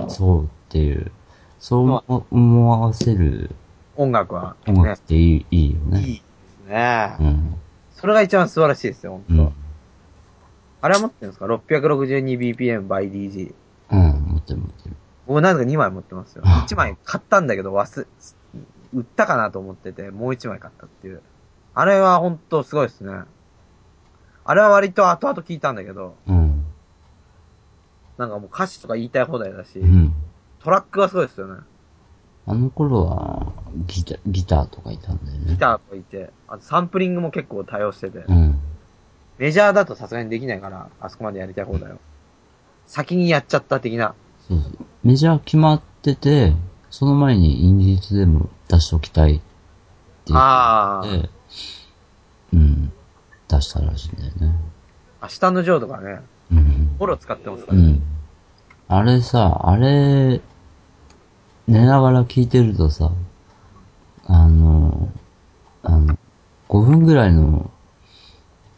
そうっていう、そう思思わせる
音楽は、
音
ね
楽っ、ていい,、いいよね。
いいですね
う。ん。
それが一番素晴らしいですよ、
う
本
ん
当。あれは持ってるんですか ?662bpm by DG。
うん、持ってる持ってる。
僕なんか2枚持ってますよ。1枚買ったんだけど、忘れ、売ったかなと思ってて、もう1枚買ったっていう。あれは本当すごいですね。あれは割と後々聞いたんだけど、
うん。
なんかもう歌詞とか言いたい放題だし、
うん。
トラックがすごいですよね。
あの頃は、ギター、ギターとかいたんだよね。
ギターといて、あとサンプリングも結構多用してて
う、ん。
メジャーだとさすがにできないから、あそこまでやりたいことだよ。先にやっちゃった的な。
そうそう。メジャー決まってて、その前にインディーズでも出しておきたいって言
ああ、
って、うん。出したらしいんだよね。
明日のジョーとかね、
うん。
ボロ使ってますか
う
らね。
ん。あれさ、あれ、寝ながら聞いてるとさ、あの、あの、5分ぐらいの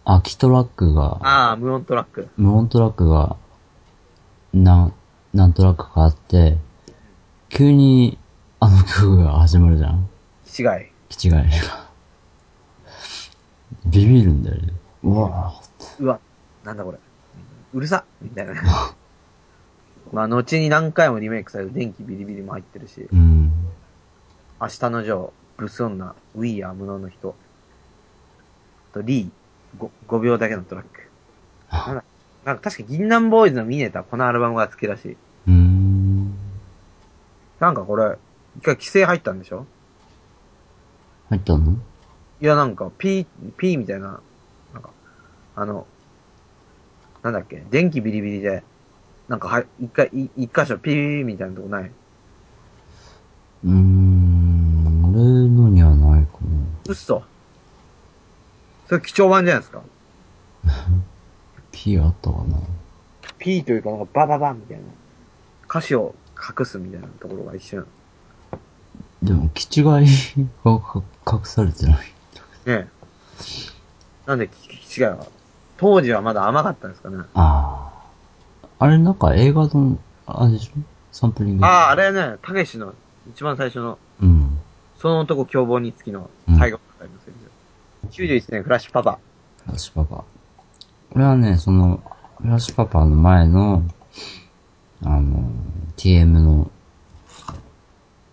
空きトラックが、
ああ、無音トラック。
無音トラックが、な、何トラックかあって、急にあの曲が始まるじゃん
違い。
気違いが。ビビるんだよね。うわーって。
うわ、なんだこれ。うるさみたいな。 まあ、後に何回もリメイクされる電気ビリビリも入ってるし、
うん。
明日のジョー、ブス女、ウィーアー無能の人、あとリー5、5秒だけのトラック。なんだなんか確か銀杏ボーイズのミネタ、このアルバムが好きらしい。
うーん。
なんかこれ、一回規制入ったんでしょ
入ったの
いや、なんか、P、P みたいな、なんか、あの、なんだっけ、電気ビリビリで、なんか、はい、一回、い一箇所ピーみたいなとこないう
ーん。俺のにはないかな。
嘘それ貴重版じゃないですか
P あったかな。
?P というか、なんか、バババンみたいな。歌詞を隠すみたいなところが一緒なの
でも、気違い がか隠されてない。
ねえ。なんで、きき違いは。当時はまだ甘かったんですかね。
ああ。あれ、なんか映画の、あれでしょサンプリング。
ああ、あれね、たけしの、一番最初の、
うん。
その男凶暴につきの最後の回のせいですよ91年フラッシュパパ。
フラッシュパパ。俺はね、その、フラッシュパパの前の、あの、TM の、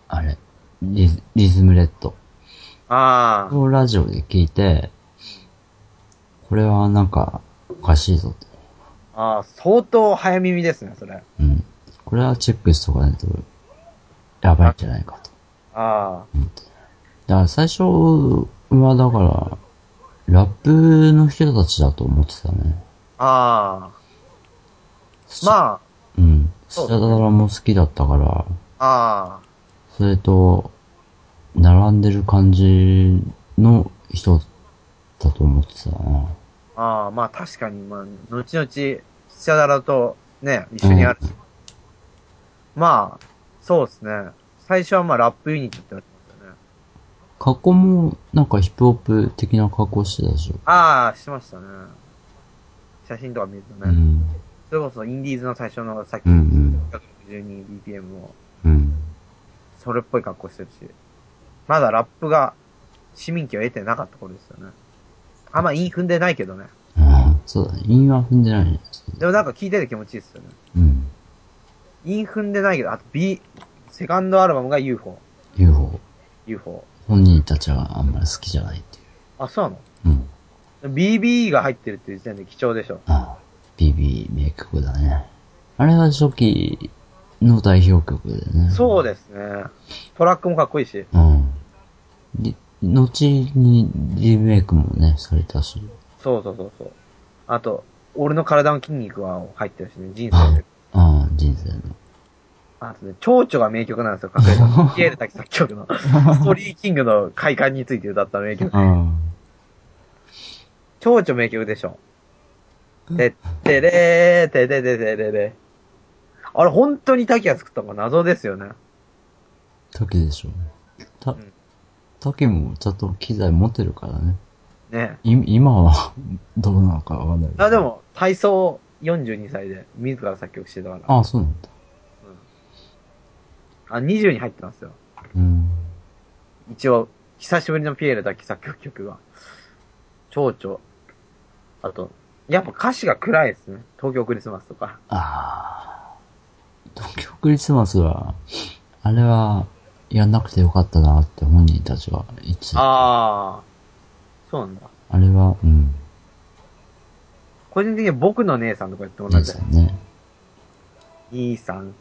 あれ、リズリズムレッド。
あ
これをラジオで聞いて、これはなんか、おかしいぞと。
あ、ああ、相当早耳ですね、それ。あ
うん。これはチェックしとかないと、やばいんじゃないかと。
あ、
だから最初は、だから、ラップの人たちだと思ってたね。
ああ、ま
うん。ス
そう
タダラも好きだったから、
あ、ああ、
それと、並んでる感じの人だと思ってたな。
ああ、まあ確かに、まあ、後々、スチャダラとね、一緒にやる。まあ、そうですね。最初はまあ、ラップユニットって言われてましたね。
格好も、なんかヒップホップ的な格好してたでしょ。
ああ、してましたね。写真とか見ると
う
ね。
ん。
それこそ、インディーズの最初のさっき
うんう
の
ん。
162BPM を、
うん。
それっぽい格好してるし。まだラップが、市民権を得てなかった頃ですよね。あんま韻踏んでないけどね。
ああ、そうだね。韻は踏んでないね。
でもなんか聞いてて気持ちいいですよね。
うん。
韻踏んでないけど、あと B、セカンドアルバムが UFO。
UFO。
UFO。
本人たちはあんまり好きじゃないってい
あ、そうなの
う。うん。
?BB が入ってるっていう時点で貴重でしょ。
ああ、BB 名曲だね。あれは初期の代表曲だよね。
そうですね。トラックもかっこいいし。
うん。り後にリメイクもね、されたし。
そうそうそうそう。あと、俺の体の筋肉は入ってるしね、人生
あ
で。
あ、人生の。
あとね、蝶々が名曲なんですよ、隠れた。ピエール滝作曲の。ストーリーキングの快感について歌った名曲。
あ
蝶々名曲でしょ。てってれー、ててててれれ。あれ、本当に滝が作ったのか謎ですよね。
あ、時でしょうね。た
ん、
時もちゃんと機材持ってるからね。
ね
い今はどうなのかわかんないけど
あ、で。も、体操42歳で自ら作曲してたから。
ああ、そうなんだ。
あ、20に入ってますよ。
うん。
一応、久しぶりのピエール滝作曲曲が。蝶々。あと、やっぱ歌詞が暗いですね。東京クリスマスとか。
ああ。東京クリスマスは、あれは、やんなくてよかったなって本人たちが言ってた。あ
ああ。そうなんだ。
れは、うん。
個人的に僕の姉さんとか言ってもら
姉
って
さ。んね。
いいさん。い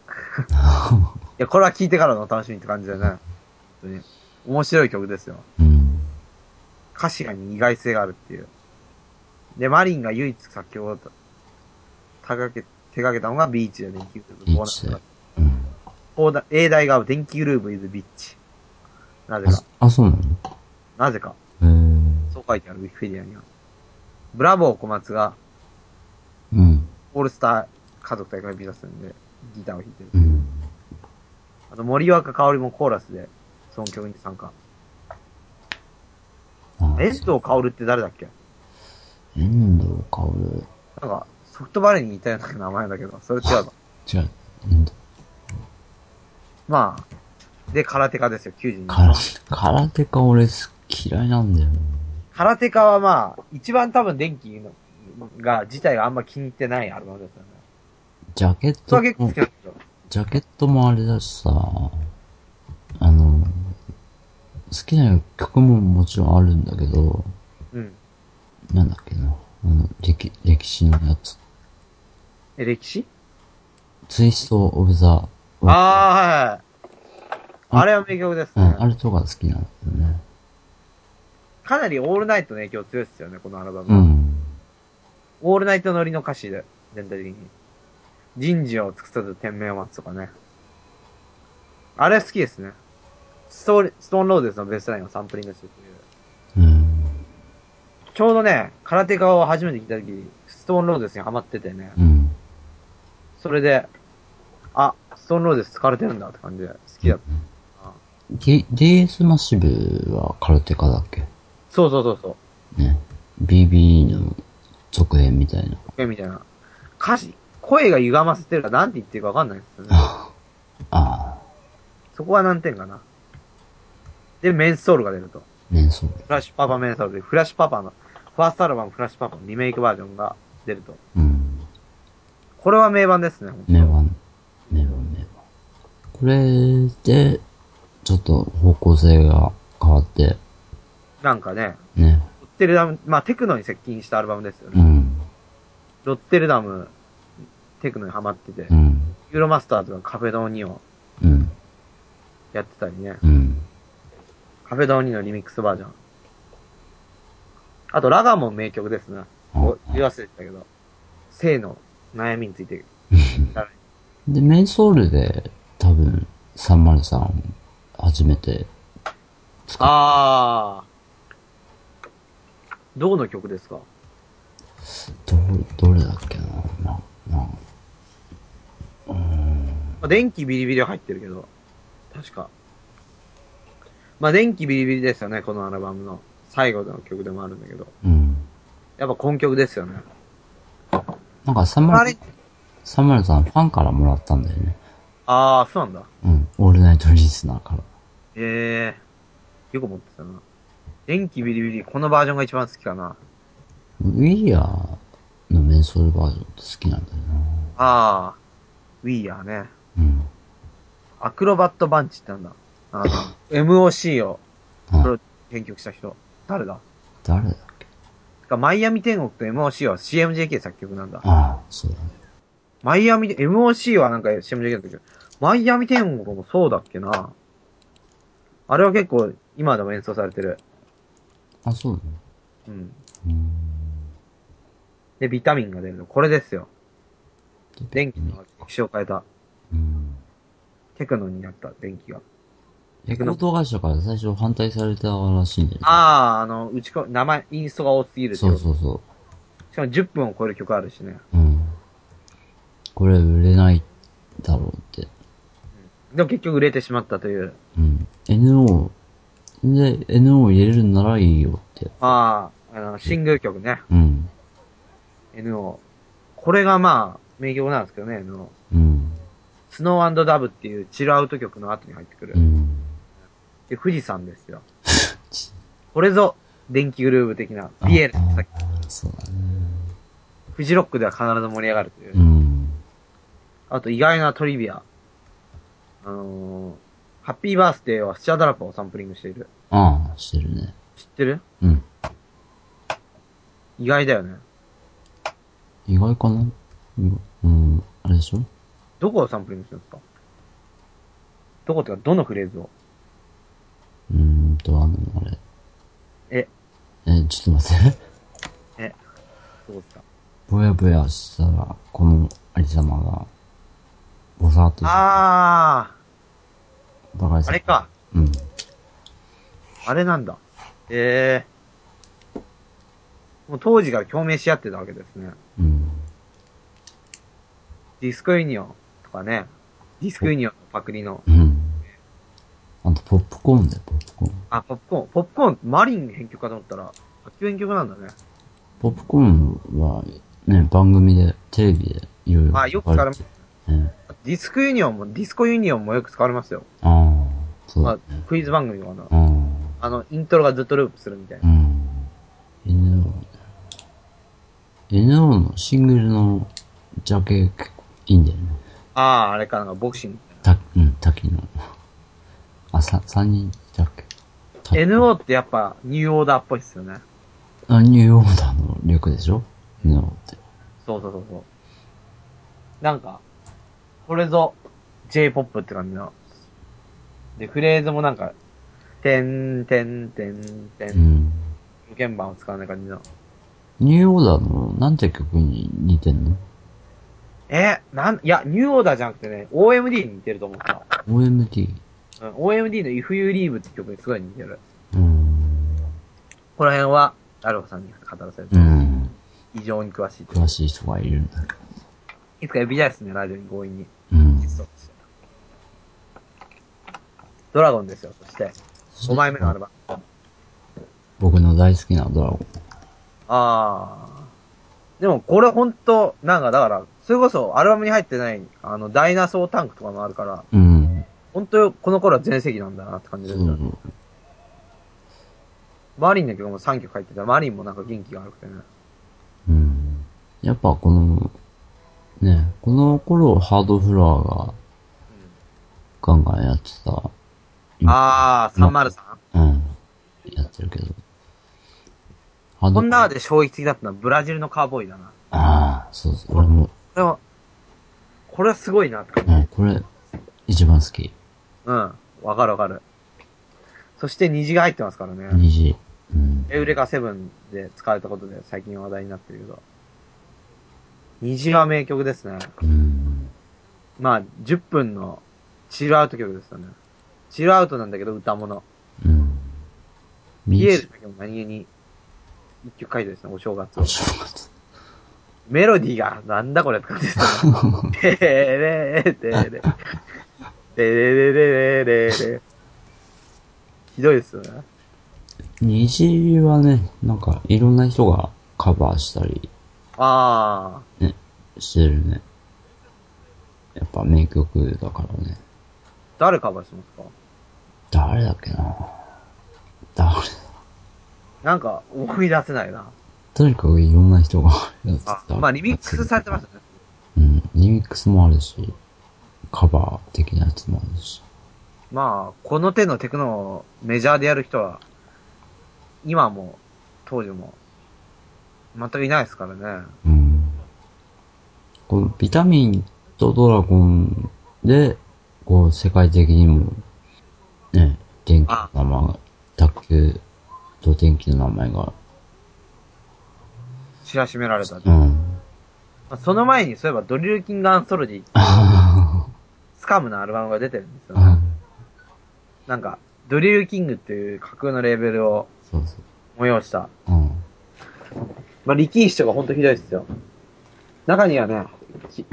や、これは聞いてからのお楽しみって感じだよね。本当に。面白い曲ですよ。
うん。
歌詞が意外性があるっていう。で、マリンが唯一作曲を手掛け、手掛けたのがビーチで電気グループ。
ビーチでうん。
放題英大が電気グループ is ビッチ。なぜ
あ
か
そ。、あそうなの
なぜか。
えー、
そう書いてある、ウィキペディアには。ブラボー小松が、
うん。
オールスター家族大会を目指すんで、ギターを弾いてる。
うん。
あと、森若香織もコーラスで、その曲に参加。
あ
遠藤薫って誰だっけ
遠藤薫。
なんか、ソフトバレーに似たような名前だけど、それ違うの。
違う。遠藤
まあ、で、空手家ですよ、92
空
年。
空手か俺嫌いなんだよな。
空手家はまあ、一番多分電気のが、自体があんま気に入ってないアルバムだったんだよ。
ジャケッ
それ
ト
は結構
も
好き、なんですよ。
ジャケットもあれだしさ、あの、好きな曲ももちろんあるんだけど、
うん。
なんだっけな、あの、歴、歴史のやつ。
え、歴史
ツイスト・オブ・ザ・ワ
ああ、はいはい。あれは名曲です
うん、あ
ね。
れとか好きなんだよね。
かなりオールナイトの影響強いですよね、このアルバム。
うん。
オールナイト乗りの歌詞で、全体的に。人事を尽くさず天命を待つとかね。あれ好きですね。ストーリー、ストーンローデスのベストラインをサンプリングしてるという。
うん。
ちょうどね、空手家を初めて聞いた時、ストーンローデスにハマっててね。
うん。
それで、あ、ストーンローデス疲れてるんだって感じで、好きだった。
D、DS マッシブは空手家だっけ
そうそうそうそう。
ね。BB の続編みたいな。
えみたいな。歌詞、声が歪ませてるか、なんて言ってるかわかんないですよね。
ああ、
そこは難点かな。で、メンソールが出ると。
ね、そう。
フラッシュパパメンソールで、フラッシュパパの、ファーストアルバムフラッシュパパのリメイクバージョンが出ると。
うん。
これは名盤ですね、本当
名盤、名盤、名盤。これで、ちょっと方向性が変わって、
なんかね、
ね。
ロッテルダム、まあテクノに接近したアルバムですよ
う
ね。
ん。
ロッテルダム、テクノにハマってて、
うん。
ユーロマスターズがカフェドーニを
うん。
やってたりね。
うん。
カフェドーニのリミックスバージョン。あと、ラガモン名曲ですね。お言わせてたけど、性の悩みについて、
で、メンソールで、多分、303を初めて、
ああ。どうの曲ですか
ど、どれだっけな、な、な、
まあ、電気ビリビリは入ってるけど、確か。まあ、電気ビリビリですよね、このアルバムの最後の曲でもあるんだけど。
うん。
やっぱ根曲ですよね。
なんか
あ
303
れ、
303ファンからもらったんだよね。
ああ、そうなんだ。
うん。オールナイトリスナーから。
ええよく持ってたな。電気ビリビリ、このバージョンが一番好きかな。
ウィーアーのメンソールバージョンって好きなんだよな。
ああ、We Are ね。
うん。
アクロバットバンチってなんだ。あの、MOC を
あ
プロ編曲した人。誰だ
誰だっけ
てかマイアミ天国と MOC は CMJK 作曲なんだ。
ああ、そうだね。
マイアミ、MOC はなんか CMJK だけど、マイアミ天国もそうだっけな。あれは結構今でも演奏されてる。
あ、そうだね。
うん。
うーん。
で、ビタミンが出るの。これですよ。電気の歴史を変えた。
うん。
テクノになった電気が。
レコード会社から最初反対されたらしいんだよね。
ああ、あの、打ちこ、名前、インストが多すぎるって
そ
こと
うそうそ
しかも10分を超える曲あるしね。
う。うん。これ売れないだろうって。
でも結局売れてしまったという。
うん。NO、で、NO 入れるならいいよって。
ああ、あの、シングル曲ね。
うん。
NO。これがまあ、名曲なんですけどね、NO。
うん。
スノーダブっていうチルアウト曲の後に入ってくる
う。ん。
で、富士山です よ。これぞ、電気グルーヴ的な、ビエルの先。
そうだね。
富士ロックでは必ず盛り上がるという
う。ん。
あと、意外なトリビア。あのー、ハッピーバースデーはスチャダラパをサンプリングしている。
ああ、してるね。
知ってる
うん。
意外だよね。
意外かなうんうん。あれでしょ
どこをサンプリングしてるんですかどこってか、どのフレーズを
うーんと、あの、あれ。
え、
え、ちょっと待って。
え、どうですか
ぼやぼやしたら、このありさまが、ぼさーっと、
あ
バカに
ー、
さ
あれ。か。
うん。
あれなんだ。えー。もう当時から共鳴し合ってたわけですね。
うん。
ディスコユニオンとかね。ディスコユニオンのパクリの。
うん。あと、ポップコーンだよ、ポップコーン。
あ、ポップコーン。ポップコーン、マリン編曲かと思ったら、卓球編曲なんだね。
ポップコーンは、ね、番組で、テレビで、いろいろ。
あ、よく使われます。
ね。
ディスコユニオンも、ディスコユニオンもよく使われますよ。
ああ、そう
ま
だ
あ
ね。、
クイズ番組とかの。
うん。
あの、イントロがずっとループするみたいうな。
ん。犬はね、 NO のシングルのジャケ結構いいんだよね。
ああ、あれかなんかボクシングみたいな。
た、うん、滝の。あ、さ、三人ジャケ。た
NO ってやっぱニューオーダーっぽいっすよね。
あ、ニューオーダーの略でしょ ?NO って。
そうそうそうそう。なんか、これぞ J-POP って感じの。で、フレーズもなんか、てんてんてんて、
うんん。
無鍵盤を使わない感じの。
ニューオーダーのなんて曲に似てんの
え、なん、いや、ニューオーダーじゃなくてね、OMD に似てると思った。
?OMD。
うん、OMD の If You Leave って曲にすごい似てる。
うーん。
この辺は、アルファさんに語らせると
う、ん。
異常に詳しいと。
詳しい人がいるんだけ
いつか呼びたいですね、ラジオに強引に。
ど。うん。
ドラゴンですよ、そして。5枚目のアルバム。
僕の大好きなドラゴン。
あー。でもこれほんと、なんかだから、それこそアルバムに入ってない、あの、ダイナソータンクとかもあるから、
うん。
ほんとこの頃は全盛期なんだなって感じ
そ
で
う
す
そ
よ
う。
マリンの曲も3曲入ってたら、マリンもなんか元気が悪くてね。
うん。やっぱこの、ね、この頃ハードフロアがガンガンやってた。
あー、303?
うん。やってるけど。ハード
この
フロア。
中で衝撃的だったのはブラジルのカーボーイだな。
ああ、そうそう。俺も、
これは、これはすごいなって感じ
うん、これ、一番好き。
うん。わかるわかる。そして虹が入ってますからね。
虹。うん。
エウレカセブンで使われたことで最近話題になってるけど。虹は名曲ですね。
うん。
まあ、10分のチルアウト曲ですよね。チルアウトなんだけど歌物。
うん。
ピエ
虹
ール。の曲も何気に一曲書いてですね、お正月
面。白かった。
メロディーが、なんだこれって感じですね。てれーてれ。てれれれれれれ。ひどいですよね。
虹はね、なんか、いろんな人がカバーしたり
あ
ね、してるね。やっぱ名曲だからね。
ー、誰カバーしてますか
誰だっけな誰だ
なんか、思い出せないな。
とにかくいろんな人がやって
あ
た。
まあ、リミックスされてましたね。
うん。リミックスもあるし、カバー的なやつもあるし。
まあ、この手のテクノをメジャーでやる人は、今も、当時も、全くいないですからね。
うん。このビタミンとドラゴンで、こう、世界的にも、ね、電気の名前が、卓球と電気の名前が、
知らしめられた。ま
うん。
あ、その前に、そういえば、ドリルキングアンソロディ、
あ
スカムのアルバムが出てるんですよ、ね。
あ、
なんか、ドリルキングっていう架空のレーベルを
そうそ
催した。
う。うん。
まあ、力士とかほんとひどいですよ。中にはね、き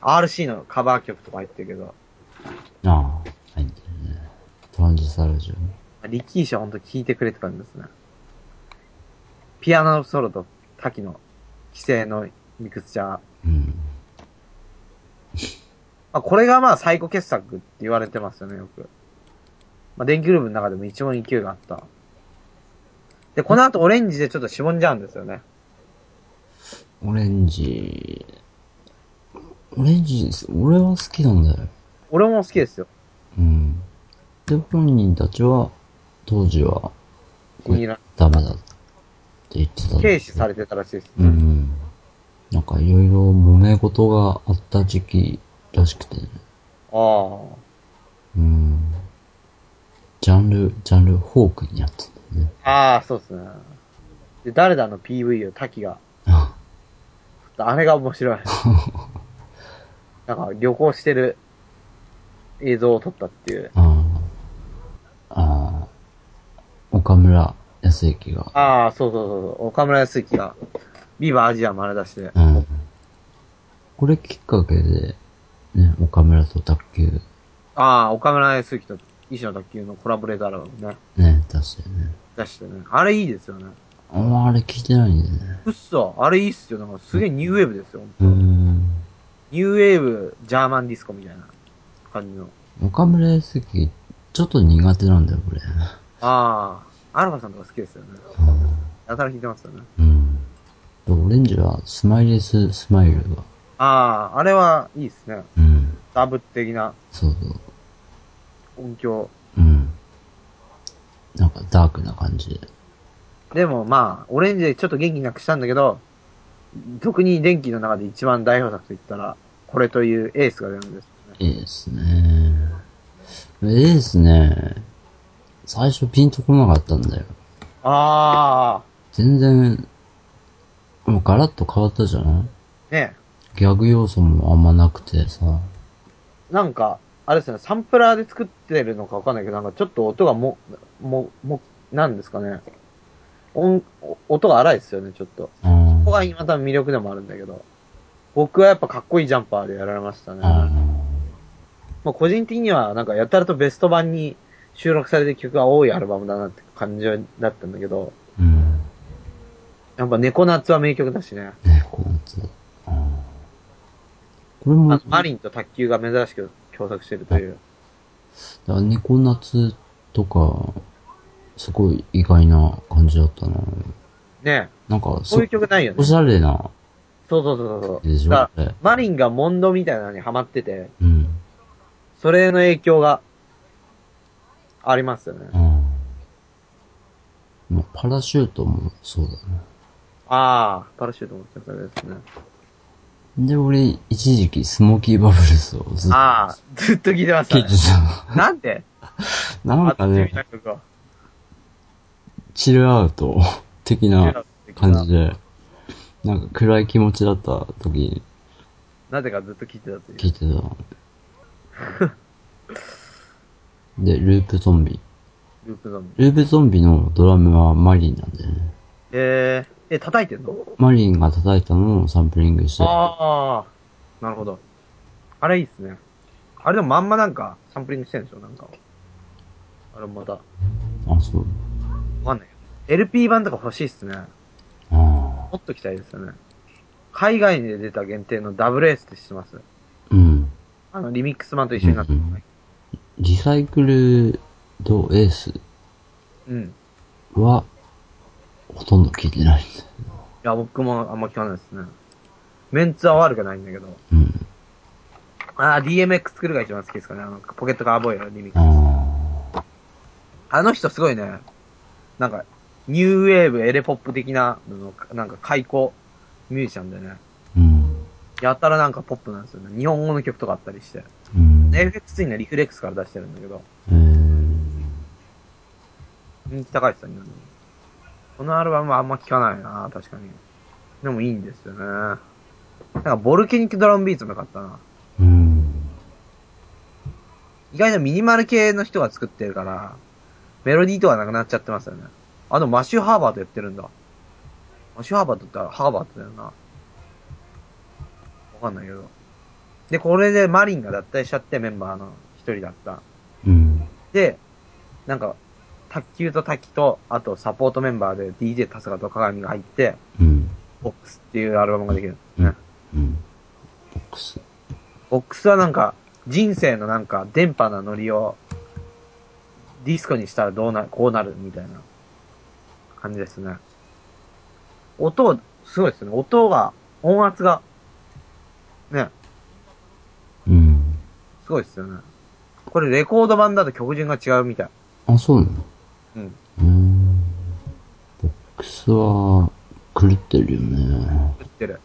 RC のカバー曲とか入ってるけど、ま
ああ、入ってるね。トランジスタラジオ。
あ力士はほんと聴いてくれてたんですね。ピアノのソロと滝の規制のミクスチャー。ま
うん。
あ、これがまあ最高傑作って言われてますよね、よく。まあ、電気グループの中でも一番勢いがあった。で、この後オレンジでちょっとしぼんじゃうんですよね。
オレンジ、オレンジです、俺は好きなんだよ。
俺も好きですよ。
うん。で、本人たちは、当時は、
気に入ら
ダメだって言ってた。
軽視されてたらしいです
う
ね。
ん。なんかいろいろ揉め事があった時期らしくてね。
ああ。
うん。ジャンル、ジャンル、フォークになってたんだよね。
ああ、そうですね。で、誰だの PV を滝が。
あ
あれが面白い。なんか旅行してる映像を撮ったっていう。
あ。ああ。岡村康之が。
ああ、そうそうそうそう。岡村康之が、ビバアジア丸出しで。
うん。これきっかけで、ね、岡村と卓球、
ああ、岡村康之と石野卓球のコラボレーターをね、
ね、出してね。
出してね。あれいいですよね。
あんまあれ聞いてないんだよね。
うっそ、あれいいっすよ。なんかすげえニューウェーブですよ。
うーん。
ニューウェーブ、ジャーマンディスコみたいな感じの。
岡村康之、ちょっと苦手なんだよ、これ。
ああ、アルファさんとか好きですよね。やたら弾いてますよね。
うん。オレンジはスマイレススマイルが、
ああ、あれはいいっすね。
うん、
ダブ的な
そうそう、
音響。
うん。なんかダークな感じで。
でもまあ、オレンジでちょっと元気なくしたんだけど、特に電気の中で一番代表作と言ったら、これというエースが出るんですよね。
いいですね。いいですね。最初ピンとこなかったんだよ。
あ
全然、もうガラッと変わったじゃない
あ、ね
ギャグ要素もあんまなくてさ。
なんか、あれですね、サンプラーで作ってるのかわかんないけど、なんかちょっと音がも、も、も、なんですかね。音、音が荒いですよね、ちょっと。
うん
ここがまた魅力でもあるんだけど。僕はやっぱかっこいいジャンパーでやられましたね。まあ、個人的には、なんか、やたらとベスト版に収録されてる曲が多いアルバムだなって感じだったんだけど、
うん。
やっぱ猫夏は名曲だしね。
ね、このやつ。うんこれも、
あ
だ
のマリンと卓球が珍しく共作してるという。
から猫夏とか、すごい意外な感じだったな。
ね
なんか、
そういう曲ないよね
おしゃれな。
そうそうそうそう
で
そ
し
う。
ょ
だ
こ
から
れ
マリンがモンドみたいなのにハマってて、
うん。
それの影響がありますよね。
うん。まあ、パラシュートもそうだね。
ああ、パラシュート持ってたですね。
で、俺、一時期、スモーキーバブルスをずっと
ああ、ずっと聴いてました
聞い
ね
て。た。
なんで
なんかね、
あっちになん
チルアウト的
か
な感じ
で。
で、なんか暗い気持ちだった時に
なぜかずっと聴いてたという
聞。いてた。で、ループゾンビ。
ループゾンビ。
ループゾンビのドラムはマリンなんだよね。
えー、え、叩いてんの
マリンが叩いたのをサンプリングして、
ああ、なるほど。あれいいっすね。あれでもまんまなんか、サンプリングしてるんでしょなんか。あれもまた、わ
あ、そう。
かんないけど。LP 版とか欲しいっすね。
あ
持っときたいですよね。海外で出た限定のダブルエースって知ってます
あ。うん。
あの、リミックス版と一緒になってる、
リサイクルドエース
うん。い
は、ほとんど聞いてないんだよ。
や、僕もあんま聞かないですね。メンツは悪くないんだけど。
うん。
ああ、DMX 作るが一番好きですかね。あの、ポケットカーボーイのリミックス。
あ
あの人すごいね、なんか、ニューウェーブ、エレポップ的なのの、なんか開口ミュージシャンでね、
ーうん。
やたらなんかポップなんですよね。日本語の曲とかあったりして。
うん。
FX2 のリフレックスから出してるんだけど、
えー、
人気高いですよね。このアルバムはあんま聞かないな確かに。でもいいんですよね。なんか、ボルケニックドラムビーツもよかったな。
うん。
意外とミニマル系の人が作ってるから、メロディーとかなくなっちゃってますよね。あの、マシューハーバートやってるんだ。マシューハーバートってハーバートだよな。わかんないけど。で、これでマリンが脱退しちゃってメンバーの一人だった。
うん。
で、なんか、卓球と滝と、あとサポートメンバーで DJ タスカと鏡が入って、
うん。
ボックスっていうアルバムができるんです
う
ね。
ん。うん。ボックス。
ボックスはなんか、人生のなんか、電波なノリを、ディスコにしたらどうな、こうなるみたいな感じですね。音を、すごいですね。音が、音圧が、ね、
うん。
すごいですよね。これレコード版だと曲順が違うみたい。
あ、そうなの
うん。
うん。ボックスは、狂ってるよね。
作ってる。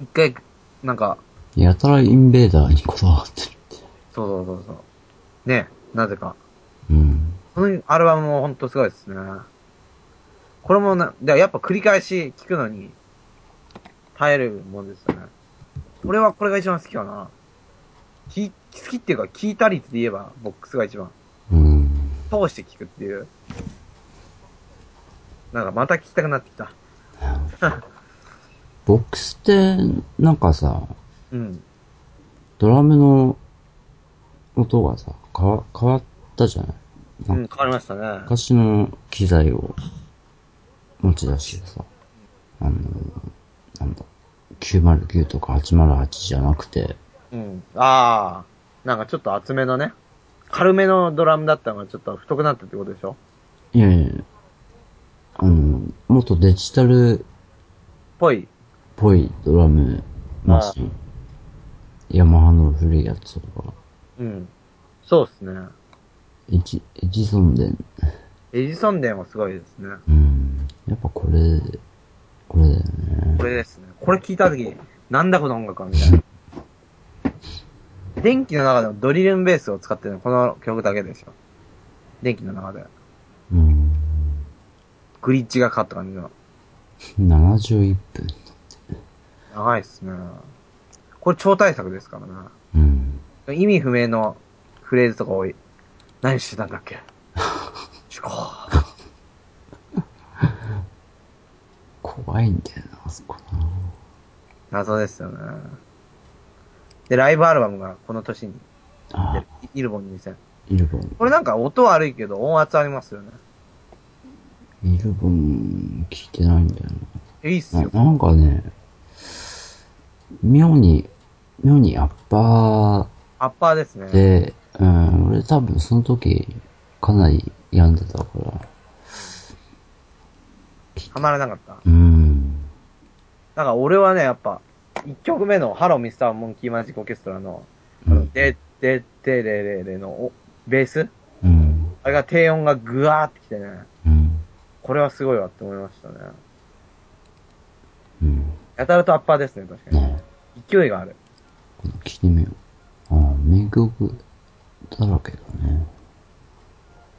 一回、なんか、
やたらインベーダーにこだわってるって。
そうそうそうそう。ね、なぜか。
うん。
このアルバムもほんとすごいですね。これもな、でやっぱ繰り返し聞くのに耐えるもんですよね。俺はこれが一番好きかな。き好きっていうか聞いた率で言えばボックスが一番。
うん。
通して聞くっていう。なんかまた聞きたくなってきた。
ボックスって、なんかさ、
うん。
ドラムの音がさ、変わ、変わったじゃない
う、
なんん
変わりましたね。
昔の機材を持ち出してさ、あの、なんだ、909とか808じゃなくて、
うん。ああ、なんかちょっと厚めのね、軽めのドラムだったのがちょっと太くなったってことでしょ
いやいや、あの、もっとデジタル
ぽい
ぽいドラム、マシン、ヤマハの古いやつとか、
うん。そうですね。
エジ、エジソンで、
エジソンデンはすごいですね。
うん、やっぱこれ、これだよね。
これですね。これ聞いたとき、なんだこの音楽はみたいな。電気の中でもドリルンベースを使ってるのこの曲だけですよ。電気の中で。
うん。
グリッジがかかった感じの。
71分。
長いっすね。これ超大作ですからね。
うん。
意味不明のフレーズとか多い。何してたんだっけしこ
怖いんだよな、あそこな。
謎ですよね。で、ライブアルバムがこの年に出
あ
る、イルボン2000。
イルボン。
これなんか音悪いけど音圧ありますよね。
イルボン、聞いてないんだよ
いいっす
な。
よ。
ななんかね、妙に、妙にアッパ
アッパーです
ー
ね。
で、うん、俺多分その時、かなり病んでたから、
はまらなかった。
うん。
なんか俺はね、やっぱ、1曲目のハローミスターモンキーマジックオーケストラの、あ
う
の、
ん
で、で、で、れれれの、おベース
うん。
あれが低音がグワーってきてね、
うん。
これはすごいわって思いましたね。
うん。
やたらとアッパーですね、確かに。
ね
勢いがある。
え、聞いてみよう。ああ、名曲だらけだね。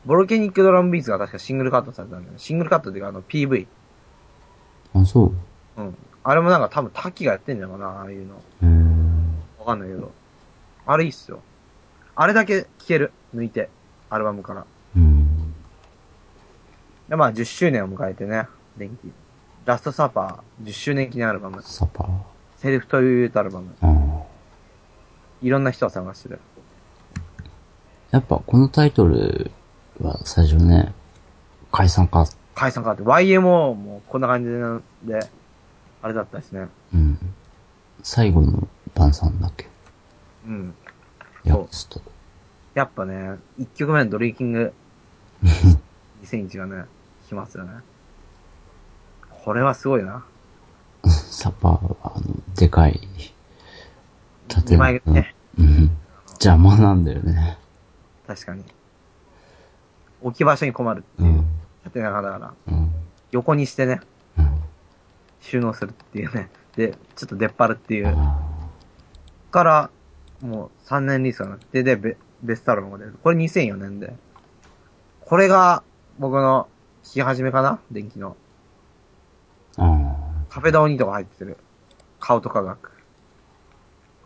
ボルケニックドラムビーツが確かシングルカットされたんだよね。シングルカットっていうか、あの、PV。
あ、そう。
うん。あれもなんか多分タキがやってんじゃないかな、ああいうの。
へえ。
わかんないけど。あれいいっすよ。あれだけ聴ける。抜いて。アルバムから。
うん。
で、まあ10周年を迎えてね、電気。ラストサーパー、10周年記念アルバム、
サパー。
セルフトリュートアルバム、
ああ。
いろんな人を探してる。
やっぱこのタイトルは最初ね、解散か。
解散かって、YMO もこんな感じで、であれだったですね。
うん。最後の晩餐だっけ。
うん。
や
そう
つと。
やっぱね、1曲目のドリンキング、2001がね、来ますよね。これはすごいな。
サパーはあの、でかい。
2枚組ね。
うん。邪魔なんだよね。
確かに。置き場所に困るって
う
い
ん
う。。縦長だから、
うん。
横にしてね、
うん。
収納するっていうね。で、ちょっと出っ張るっていう。
あ
から、もう3年リースがなって、で、ベベストアルバムが出る。これ2004年で。これが、僕の、聞き始めかな電気の。
あ。あ
カフェダオニとか入ってる。顔と科学。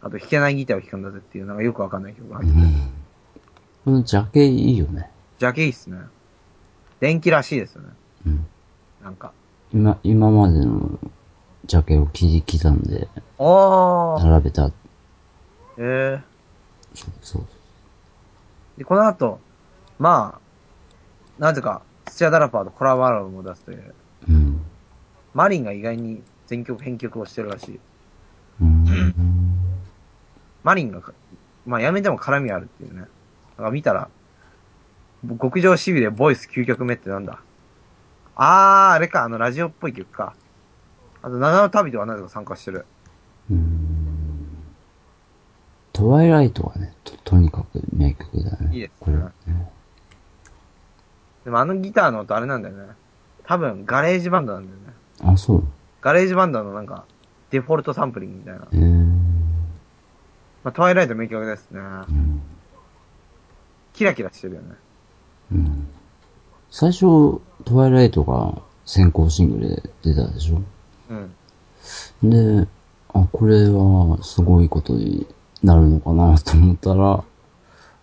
あと、弾けないギターを弾くんだぜっていう、なんかよくわかんない曲が
あ。
入
う
ってる。
ん。このジャケいいよね。
ジャケいいっすね。電気らしいですよね。
うん。
なんか。
今、今までのジャケを切り刻んで、
おー。
並べた。
えー。
そうそう。
で、この後、まあ、なぜか、土屋ダラパーとコラボアルバムを出すという、
うん。
マリンが意外に全曲編曲をしてるらしい。
うん。
マリンが、まあ、やめても絡みあるっていうね。なんか見たら、極上シビでボイス9曲目ってなんだあー、あれか、あのラジオっぽい曲か。あと、七の旅とはなぜか参加してる。
うんトワイライトはね、と、とにかく名曲だね。
いいですね
これはね。
でもあのギターの音あれなんだよね。多分、ガレージバンドなんだよね。
あ、そう。
ガレージバンドのなんか、デフォルトサンプリングみたいな。
えー、
まあ、トワイライト名曲ですね。
うん。
キラキラしてるよね。
うん。最初、トワイライトが先行シングルで出たでしょ
うん。
で、あ、これはすごいことになるのかなと思ったら、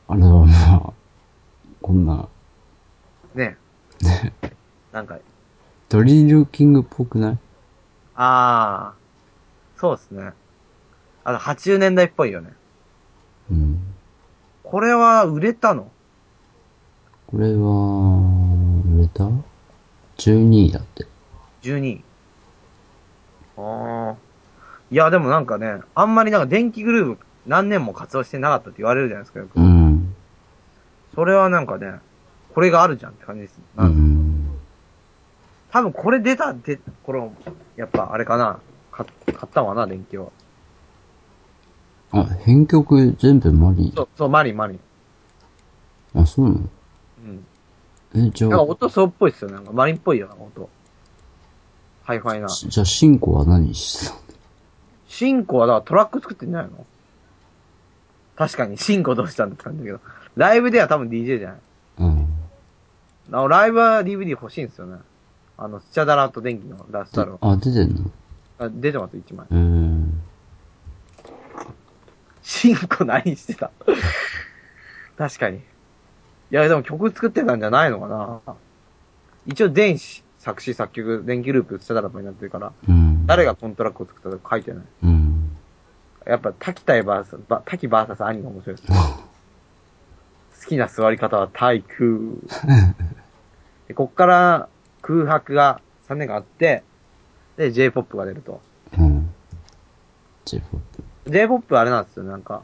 あれはまあ、こんな、
ねなんか、
ドリルキングっぽくない
あー、そうですね。あと、80年代っぽいよね。
うん。
これは売れたの
これは、売れた ?12 位だって。
?12。ああ。いや、でもなんかね、あんまりなんか電気グルーヴ何年も活動してなかったって言われるじゃないですか、よく。
うん。
それはなんかね、これがあるじゃんって感じです。
うん。
多分これ出たって頃、やっぱあれかな。か買ったわな、電気は。
あ、編曲全部マリン
そう、そう、マリン、マリン。
あ、そうなの
うん。
え、じゃ
なんか
あ、
音そうっぽいっすよ、なんかマリンっぽいよ、なんか音。ハイファイな。
じゃあ、シンコは何してたの
シンコはだからトラック作ってんじゃないの確かに、シンコどうしたんだって感じだけど。ライブでは多分 DJ じゃない
うん。
あのライブは DVD 欲しいんですよね。あの、スチャダラと電気のラスタロ
あ、出てんの
あ出てます、一枚。
えー、
シンコ何してた 確かに。いや、でも曲作ってたんじゃないのかな一応、電子、作詞、作曲、電気ループ、スチャダラとになってるから、
うん。
誰がコントラックを作ったとか書いてない。
うん。
やっぱ、滝対バーサス、ば滝バーサス兄が面白いです。好きな座り方は対空。で、こっから空白が3年間あって、で、J-POP が出ると。
うん。J-POP。
J-POP あれなんですよ、なんか。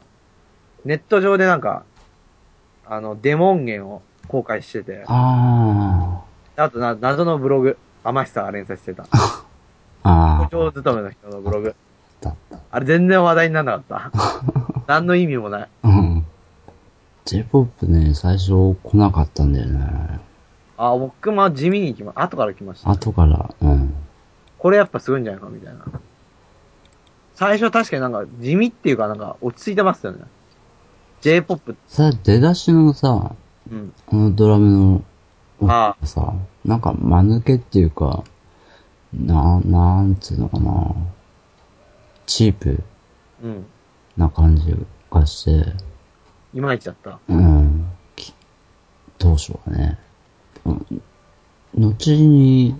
ネット上でなんか、あの、デモ音源を公開してて、
あ
あとな、謎のブログ、天久が連載してた。
あ。ああ。
上勤めの人のブログ。
だった。
あれ全然話題にならなか った。何の意味もない。
うん。J-POP ね、最初来なかったんだよね。
あ、僕も地味に来ま、後から来ました。
後から、うん。
これやっぱすごいんじゃないかみたいな。最初確かになんか地味っていうかなんか落ち着いてますよね。J-POP。
さ、出だしのさ、
うん。
このドラムの
あ
さ、なんか間抜けっていうか、な、なんつうのかな。チープ
うん。
な感じがして、
いまいちだった。
うん。き当初はね。うん後に、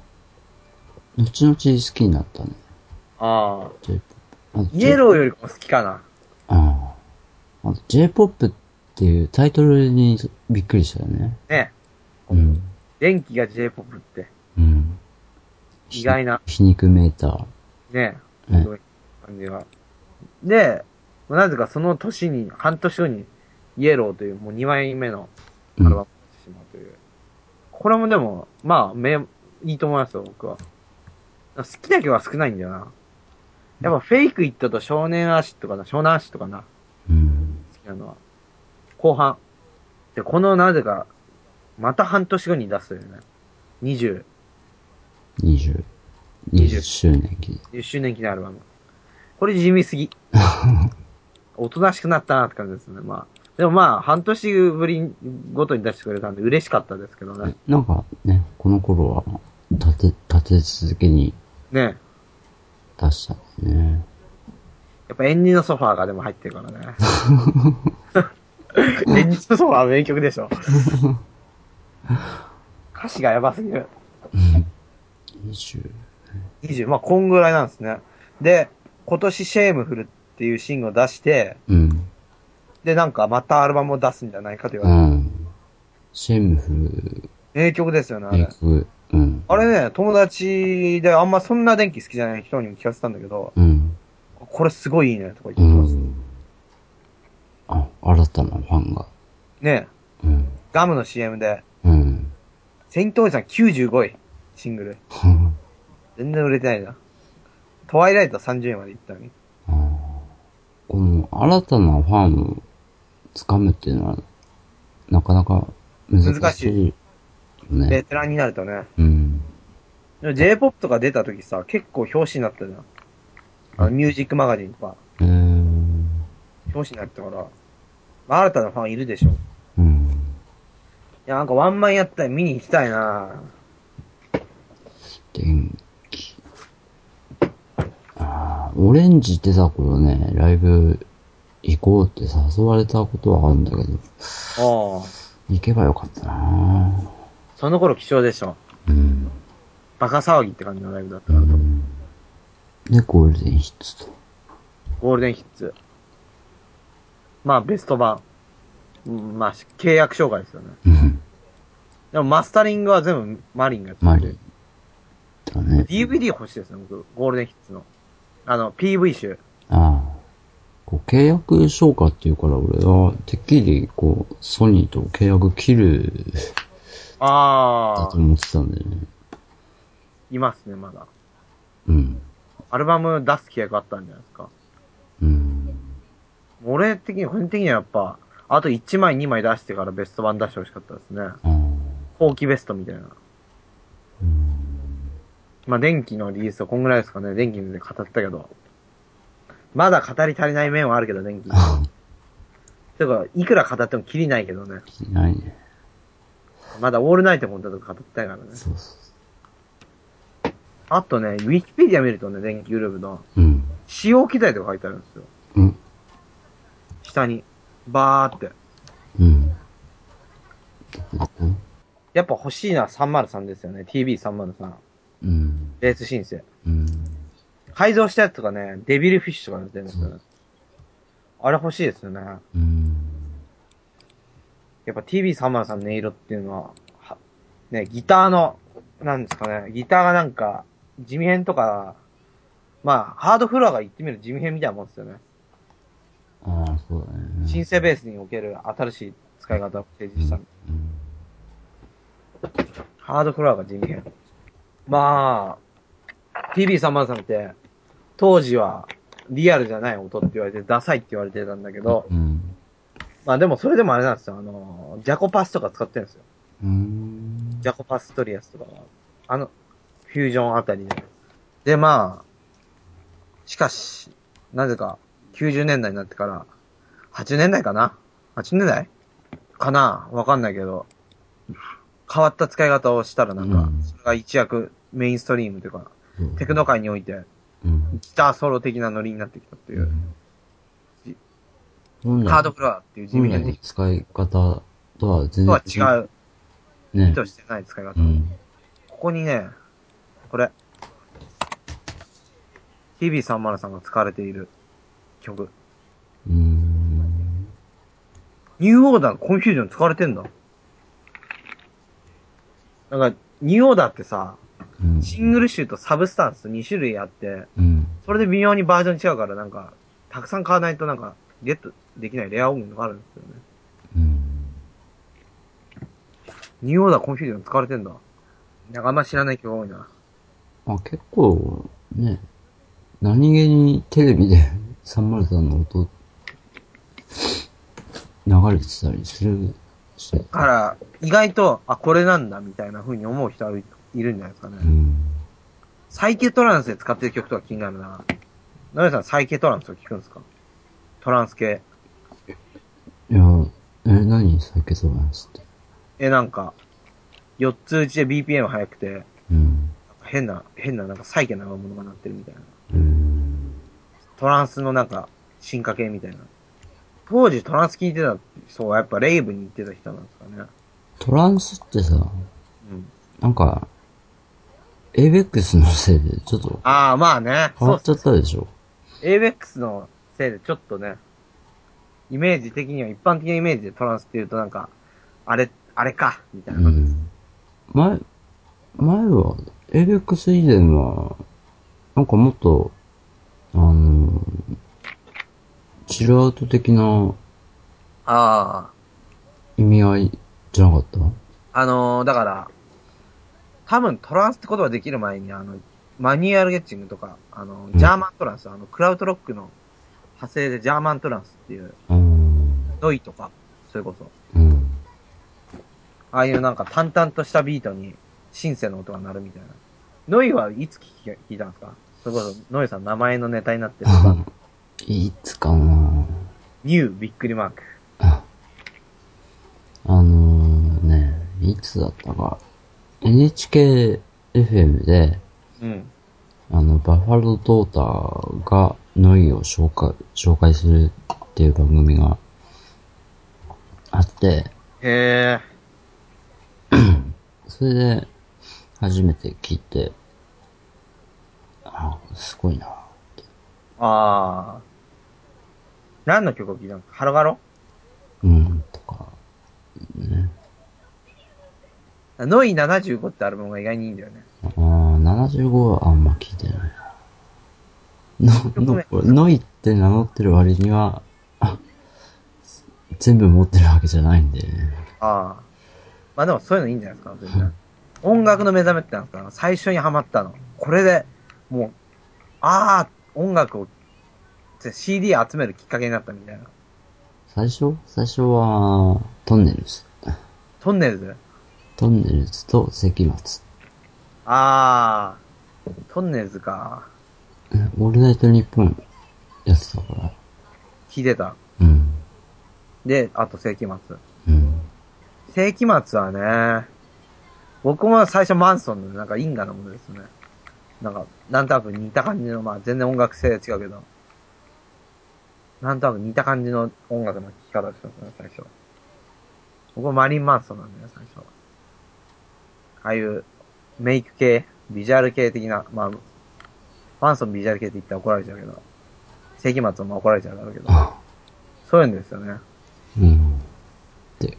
後々好きになったね。
ああ。
J-POP。あと
イエローよりも好きかな。
ああ。あと J-POP っていうタイトルにびっくりしたよね。
ね。
うん。
電気が J-POP って。
うん。
意外な。
皮肉メーター。
ね。
ね
すごい感じが。で、なぜかその年に、半年後に、イエローというもう2枚目のアルバムを出してしまうという。これもでも、まあ、め、いいと思いますよ、僕は。好きだけは少ないんだよな。やっぱフェイクイットと少年足とかな、湘南足とかな、
うん。
好きなのは。後半。で、このなぜか、また半年後に出すというね。20、
20。20周年記念。
10周年記念アルバム。これ地味すぎ。 おとなしくなったなって感じですね。まあ。でもまあ、半年ぶりごとに出してくれたんで嬉しかったですけどね。
なんかね、この頃は、立て、立て続けに
ね
出したんだよね。
やっぱエンジンのソファーがでも入ってるか らね。エンジンのソファーは名曲でしょ。歌詞がやばすぎる。
20。
20、まあこんぐらいなんですね。で、今年シェームフルっていうシングルを出して、
うん。
で、なんかまたアルバムを出すんじゃないかと言わ
う
れて、
ん。シェムフ
名曲ですよね、あ
ル、
れ
エ。ク、うん。
あれね、友達であんまそんな電気好きじゃない人にも聞かせたんだけど、
うん。
これすごいいいね、とか言っ
う
てます。
ん。あ、新たなファンが。
ね
うん。
ガムの CM で、
うん。
セイントおじさん95位、シングル。
は
全然売れてないな。トワイライトは30位まで行ったのに。
ああこの新たなファンをつかむっていうのは、なかなか難しいよね。
ベテランになるとね。
うん。
でも J-POP とか出た時さ、結構表紙になったじゃん。あの、ミュージックマガジンとか、
えー
表紙になったから、まあ、新たなファンいるでしょ。い
うん。
や、なんかワンマンやったら見に行きたいな
電気。ああ、オレンジ出た頃ね、ライブ行こうって誘われたことはあるんだけど、
お
行けばよかったな
その頃貴重でしょ。
うん。
バカ騒ぎって感じのライブだった
う
から。
ん。で、ゴールデンヒッツと。
ゴールデンヒッツ。まあ、ベスト版。うんまあ、契約障害ですよね。
うん。
でもマスタリングは全部マリンがやってて
マリー。だね。
DVD 欲しいですね、僕。ゴールデンヒッツの。あの、PV 集。
ああ。こう、契約消化っていうから、俺は、てっきり、こう、ソニーと契約切る、だ
あ
と
ー、
思ってたんだよね。
いますね、まだ。
うん。
アルバム出す契約あったんじゃないですか。
うん。
俺的に、個人的にはやっぱ、あと1枚2枚出してからベスト版出してほしかったですね。
ああ。
後期ベストみたいな。
うん。
まあ、電気のリリースはこんぐらいですかね。電気で語ったけど。まだ語り足りない面はあるけど、電気。
あ
てか、いくら語ってもキリないけどね。
あ、ないね。
まだオールナイトコントとか語ったいからね。
そうそ
あとね、ウィキペディア見るとね、電気グループの
う。うん。
使用機材とか書いてあるんですよ。
うん。
下に。バーって。
うん。うん
やっぱ欲しいのは303ですよね。TB303。
うん。
レース申請。
うん。
改造したやつとかね、デビルフィッシュとか出てるんですよね。あれ欲しいですよね。
うん。
やっぱ TB303 の音色っていうのは、はね、ギターの、なんですかね、ギターがなんか、地味編とか、まあ、ハードフロアが言ってみる地味編みたいなもんですよね。
ああ、そうだね。
シンセベースにおける新しい使い方を提示した、
うん。
ハードフロアが地味編。まあ、TB303 って、当時は、リアルじゃない音って言われて、ダサいって言われてたんだけど、
うん。
まあでもそれでもあれなんですよ、あの、ジャコパスとか使ってるんですよ。
うん。
ジャコパストリアスとかが、あの、フュージョンあたりで。で、まあ、しかし、なぜか、90年代になってから、8年代かな ?8 年代かなわかんないけど、変わった使い方をしたらなんか
うん、
それが一躍メインストリームというか、
そう
テクノ界において、
うん。
ギターソロ的なノリになってきたっていう、
本
ハード
来、
フロアっていう地味
本
な
来の
と
使い方とは全然
は違う、
う。ね
意。図してない使い方
う。ん。
ここにね、これ。TB303 が使われている曲。
うん。
ニューオーダー、コンフュージョン使われてんだ。だから、ニューオーダーってさ、
うん。
シングル集とサブスタンス2種類あって、
うん。
それで微妙にバージョン違うから、なんか、たくさん買わないとなんか、ゲットできないレア音源があるんですよね。
うん。
ニューオーダー、コンフュージョン使われてんだ。なんかあんま知らない曲が多いな。
あ、結構、ね、何気にテレビで 303の音、流れてたりするし。
から、意外と、あ、これなんだ、みたいな風に思う人はいいるんじゃないですかね。
うん。
サイケトランスで使ってる曲とか気になるな。なべさん、サイケトランスを聞くんですかトランス系。
いや、え、何サケトランスって。え
え、なんか、4つ打ちで BPM 速くて、なんか
うん。
変な、変な、なんかサイケなものがなってるみたいな。
うん。
トランスのなんか、進化系みたいな。当時トランス聞いてた人はやっぱレイブに行ってた人なんですかね。
トランスってさ、
うん。
なんか、エイベックスのせいでちょっと
ああ、まあね。
変
そ
わ
う
っちゃったでしょ。
ABEX のせいでちょっとね、イメージ的には、一般的なイメージでトランスって言うとなんか、あれ、あれか、みたいな
う
感じです。
ん。前、前は、エイベックス以前は、なんかもっと、あの、チルアウト的な
ああ。
意味合いじゃなかった
あのー、だから、多分トランスって言葉できる前に、あの、マニュアルゲッチングとか、あの、ジャーマントランス、あの、クラウトロックの派生でジャーマントランスっていう、
うん。
ドイとか、それこそ、
うん。
ああいうなんか淡々としたビートに、シンセの音が鳴るみたいな。ノイはいつ聞き聞いたんですかそれこそ、ノイさん名前のネタになってるとか、
いつかな
ニューびっくりマーク。
ああのね、いつだったか。NHKFM で、
うん。
あの、バファロードーターがノイを紹介、紹介するっていう番組があって、
へえ。
それで初めて聞いて、あ、すごいなって。
ああ。何の曲を聞いたんですかハロガロ
うん、とか、ね。
ノイ75ってアルバムが意外にいいんだよね。
あー75はあんま聞いてないな。の、の、これノイって名乗ってる割には、 あ全部持ってるわけじゃないんで、ね、
ああ。まあでもそういうのいいんじゃないですか、全然。音楽の目覚めってなんですか最初にハマったの。これで、もう、ああ、音楽を、じゃあ CD 集めるきっかけになったみたいな。
最初最初は、トンネルズ。
トンネルズ
トンネルズと関松。
ああ、トンネルズか。
うんオールナイトニッポンやってたから。
聞いてた。
うん。
で、あと世紀末。
うん。
世紀末はね、僕も最初マンソンのなんか因果なものですね。なんか、なんとなく似た感じの、まあ全然音楽性は違うけど、なんとなく似た感じの音楽の聴き方でしたね、最初。僕はマリン・マンソンなんだよ、最初は。ああいう、メイク系、ビジュアル系的な、まあ、マンソンビジュアル系って言ったら怒られちゃうけど、世紀末も怒られちゃうだろうけど、
あ、
そういうんですよね。
うん。で、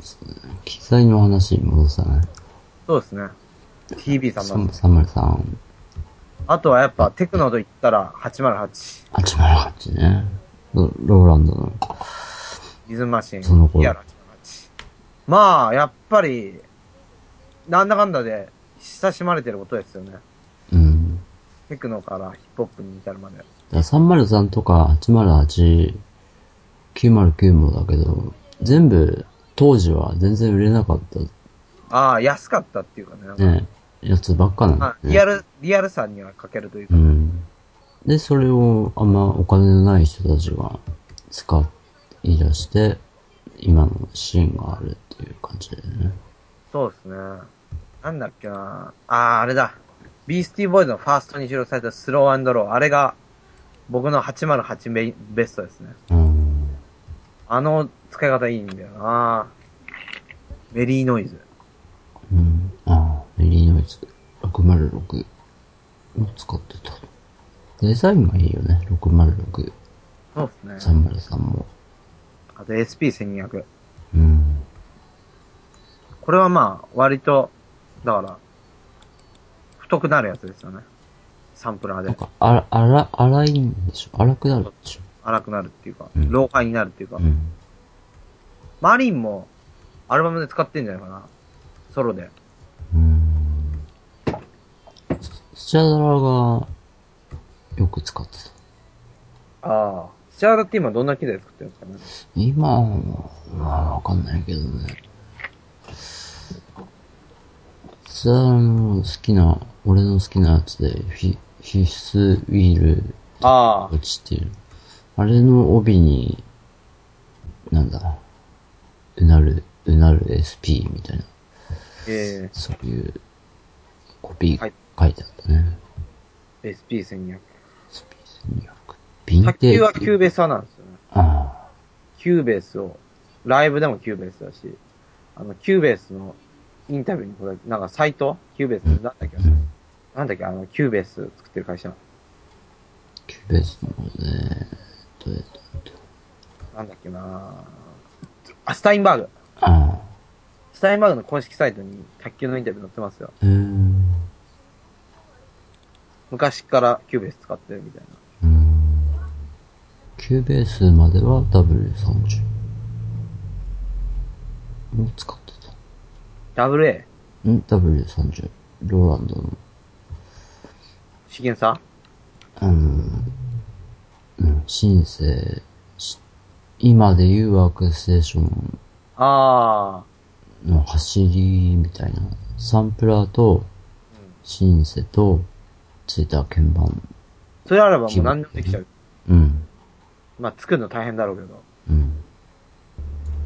そう機材の話に戻さない。
そうですね。TB さんなんです
サムルさん、
あとはやっぱテクノと言ったら808、
808ね。ロローランドの。
リズムマシン、
その頃
リアル808。まあ、やっぱり、なんだかんだで親しまれてることですよね。
うん。だ
テクノからヒップホップに至るまで。
から303とか808、909もだけど、全部、当時は全然売れなかっ
ああ、安かったっていうかね。
たね、やつばっかなん
まあ
だ、ね。
リアル、リアルさには欠けるという
う
か。
ん。で、それをあんまお金のない人たちが使い出して、今のシーンがあるっていう感じだよね。
そうですね。なんだっけなああ、あれだ。ビースティーボーイズのファーストに収録されたスローロー。あれが僕の808ベベストですね。
うん。
あの使い方いいんだよなメリーノイズ。
うん。ああ、メリーノイズ606を使ってた。デザインがいいよね。606、
そうですね。
303も。
あと SP1200。
うん。
これはまあ、割と、だから、太くなるやつですよね。サンプラー
なん
で
か、あら、あら、荒いんでしょ荒くなるでしょ
荒くなるっていうか、
うん
老化になるっていうか、
うん。
マリンもアルバムで使ってんじゃないかな。ソロで。
うん。スチャダラが、よく使ってた。
ああ。スチャーダって今どんな機材作ってるんですかね。
今は、まあ、わかんないけどね。ツアーの好きな、俺の好きなやつで、ひ必須ウィール
あ
落ちっていう。あれの帯に、なんだ、うなる、うなる SP みたいな、
え
そういうコピ
は
ー
い
書いてあったね。
え SP1200。
ビン
卓
テ
球は
ージ。
キューベース派なんですよね。
あ
キューベースを、ライブでもキューベースだし、あの、キューベースのインタビューにこれ、なんかサイトキューベース、なんだっけ
あ、うん。
なんだっけあの、キューベース作ってる会社。
キューベースのね、どうやった
なんだっけなぁあ、スタインバーグ。
ああ。
スタインバーグの公式サイトに卓球のインタビュー載ってますよ。
うーん。
昔からキューベース使ってるみたいな。
うーんキューベースまでは W30 を使ってた。
WA?
ん ?W30。ローランドの、
資源さ
あの、うん、シンセ、し今で言うワークステーション
あ
の走りみたいな、サンプラーと、シンセと、ついた鍵盤。
ー。それあればもう何でもできちゃう。
うん、
まあ、作るの大変だろうけど。
うん、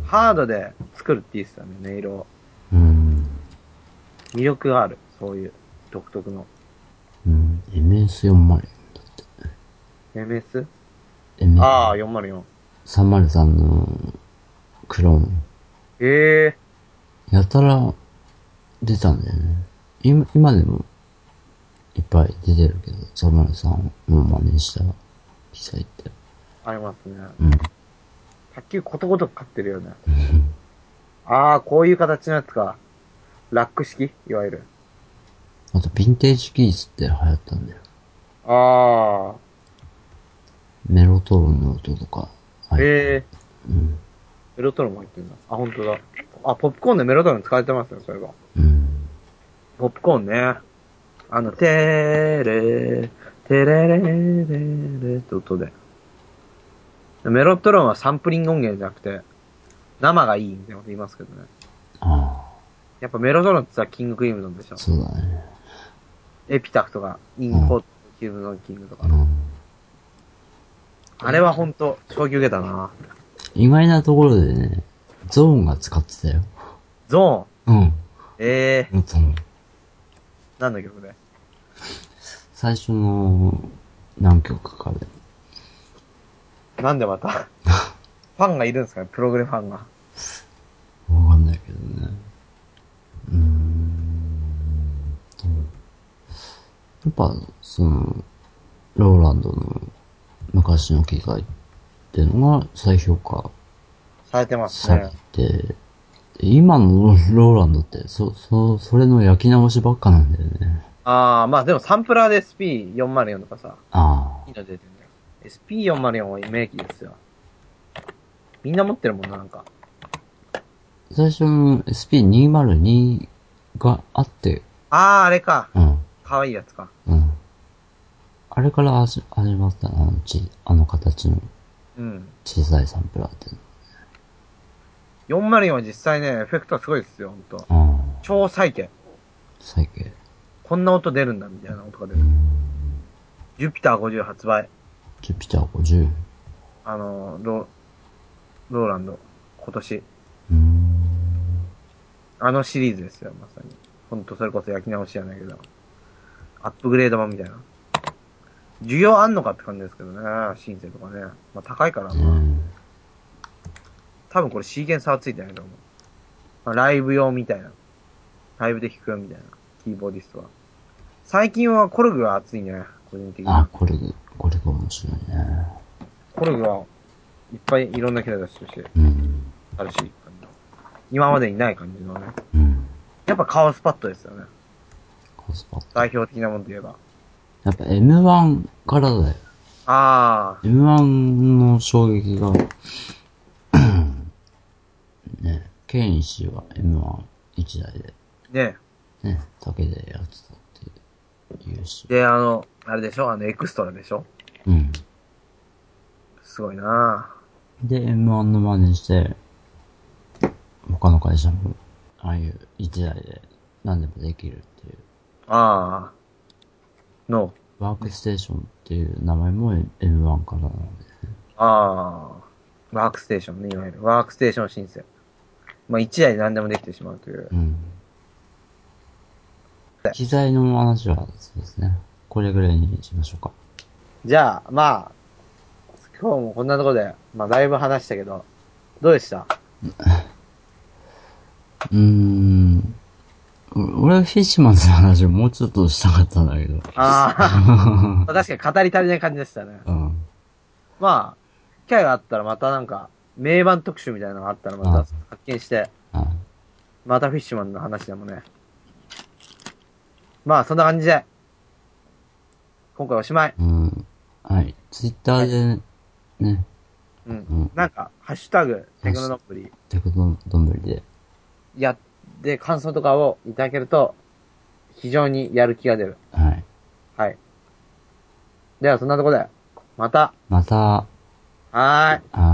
ハードで作るっていいっすよね、音色を。
うん、
魅力がある。そういう独特の。
うん、MS404 だって。
MS?
MS
ああ、404。
303のクローン、
ええ
やたら出たんだよね。今、今でもいっぱい出てるけど、303を真似した記載って。
ありますね。
うん。
卓球ことごとく勝って るよね。ああ、こういう形のやつか。ラック式いわゆる。
あと、ヴィンテージキースって流行ったんだよ。
あ
メロトロンの音とか。
あ、
はい。
ええ
うん。
メロトロンも入ってるんだ。あ、本当だ。あ、ポップコーンでメロトロン使われてますよ、それが。
うん。
ポップコーンね。あの、てーれー、テレレレレって音で。メロトロンはサンプリング音源じゃなくて、生がいいみたいなこと言いますけどね。
あ
やっぱメロトロンってさ、キングクリームなんでしょ
あ、。そうだね。
エピタフとか、インコート、キューブのキングとか
う。ん。
あれはほんと、衝撃受けたな
意外なところでね、ゾーンが使ってたよ。
ゾ
うん。
ーン。ええ
うんその、
ー、なんだ曲で。
最初の何曲かで。
なんでま た。ファンがいるんですかねプログレファンが。
わかんないけどね。うーんと。やっぱ、その、ローランドの昔の機械っていうのが再評価
されてます
さ
ね
れ。て、今のローランドって、そ、そ、それの焼き直しばっかなんだよね。
ああ、まあでもサンプラーで SP404 とかさ、
あ
いいの出てんだよ。SP404 は名機ですよ。みんな持ってるもんな、なんか。
あ。最初の SP202 があって、
ああ、あれか。
うん。
可愛いやつか。
うん。あれから始始まったな、あのち、あの形の
うん。
小さいサンプラーっていう
404は実際ね、エフェクトはすごいですよ、ほんと。
の。うん。
超再建。
最近。
こんな音出るんだ、みたいな音が出る。ジュピター50発売。
ジュピター50。
あの、ロー、ローランド、今年。
うーん。
あのシリーズですよ、まさに。ほんと、それこそ焼き直しじゃないけど。アップグレード版みたいな。需要あんのかって感じですけどね、シンセとかね。まあ高いから、
う
まあ、
ん。
多分これシーケンサーついてないと思う。まあ、ライブ用みたいな。ライブで弾くよみたいな。キーボーディストは。最近はコルグが熱いね、個人的に。
あ、これ、これが面白いね。
コルグはいっぱいいろんなキャラ出してるし、
うん。
新しい感じの。今までにない感じのね。
うん。
やっぱカオスパッドですよね。
コスパ。
代表的なもので言えば。
やっぱ M1 からだよ。
あ
M1 の衝撃が、 ね、ケイン氏は M11 台で、
ー、ね。
ね、竹でやってたっていうし。
で、あの、あれでしょあの、エクストラでしょ
うん。
すごいな
で、M1 の真似して、他の会社も、ああいう一台で何でもできるっていう。
ぁ。ああ。の、
ワークステーションっていう名前も M1 からなんで。
ああ。ワークステーションね、いわゆる。ワークステーション申請。まあ、一台で何でもできてしまうという
う。ん。機材の話はそうですね。これぐらいにしましょうか。
じゃあ、まあ、今日もこんなところで、まあ、だいぶ話したけど、どうでした
うーん。う俺はフィッシュマンズの話をもうちょっとしたかったんだけど。
ああ。まあ確かに語り足りない感じでしたね。
うん。
まあ、機会があったらまたなんか、名盤特集みたいなのがあったらまた
あ
発見して、
はい。
またフィッシュマンの話でもね。まあ、そんな感じで、今回おしまい。
うん。はい。ツイッターでね、
う
う
ん。
ん
なんか、ハッシュタグ、テクノノプリ
テクノどんぶりで。
やって、感想とかをいただけると、非常にやる気が出る。
はい。
はい。では、そんなところで、また、
また、
はーい。
あー Uh,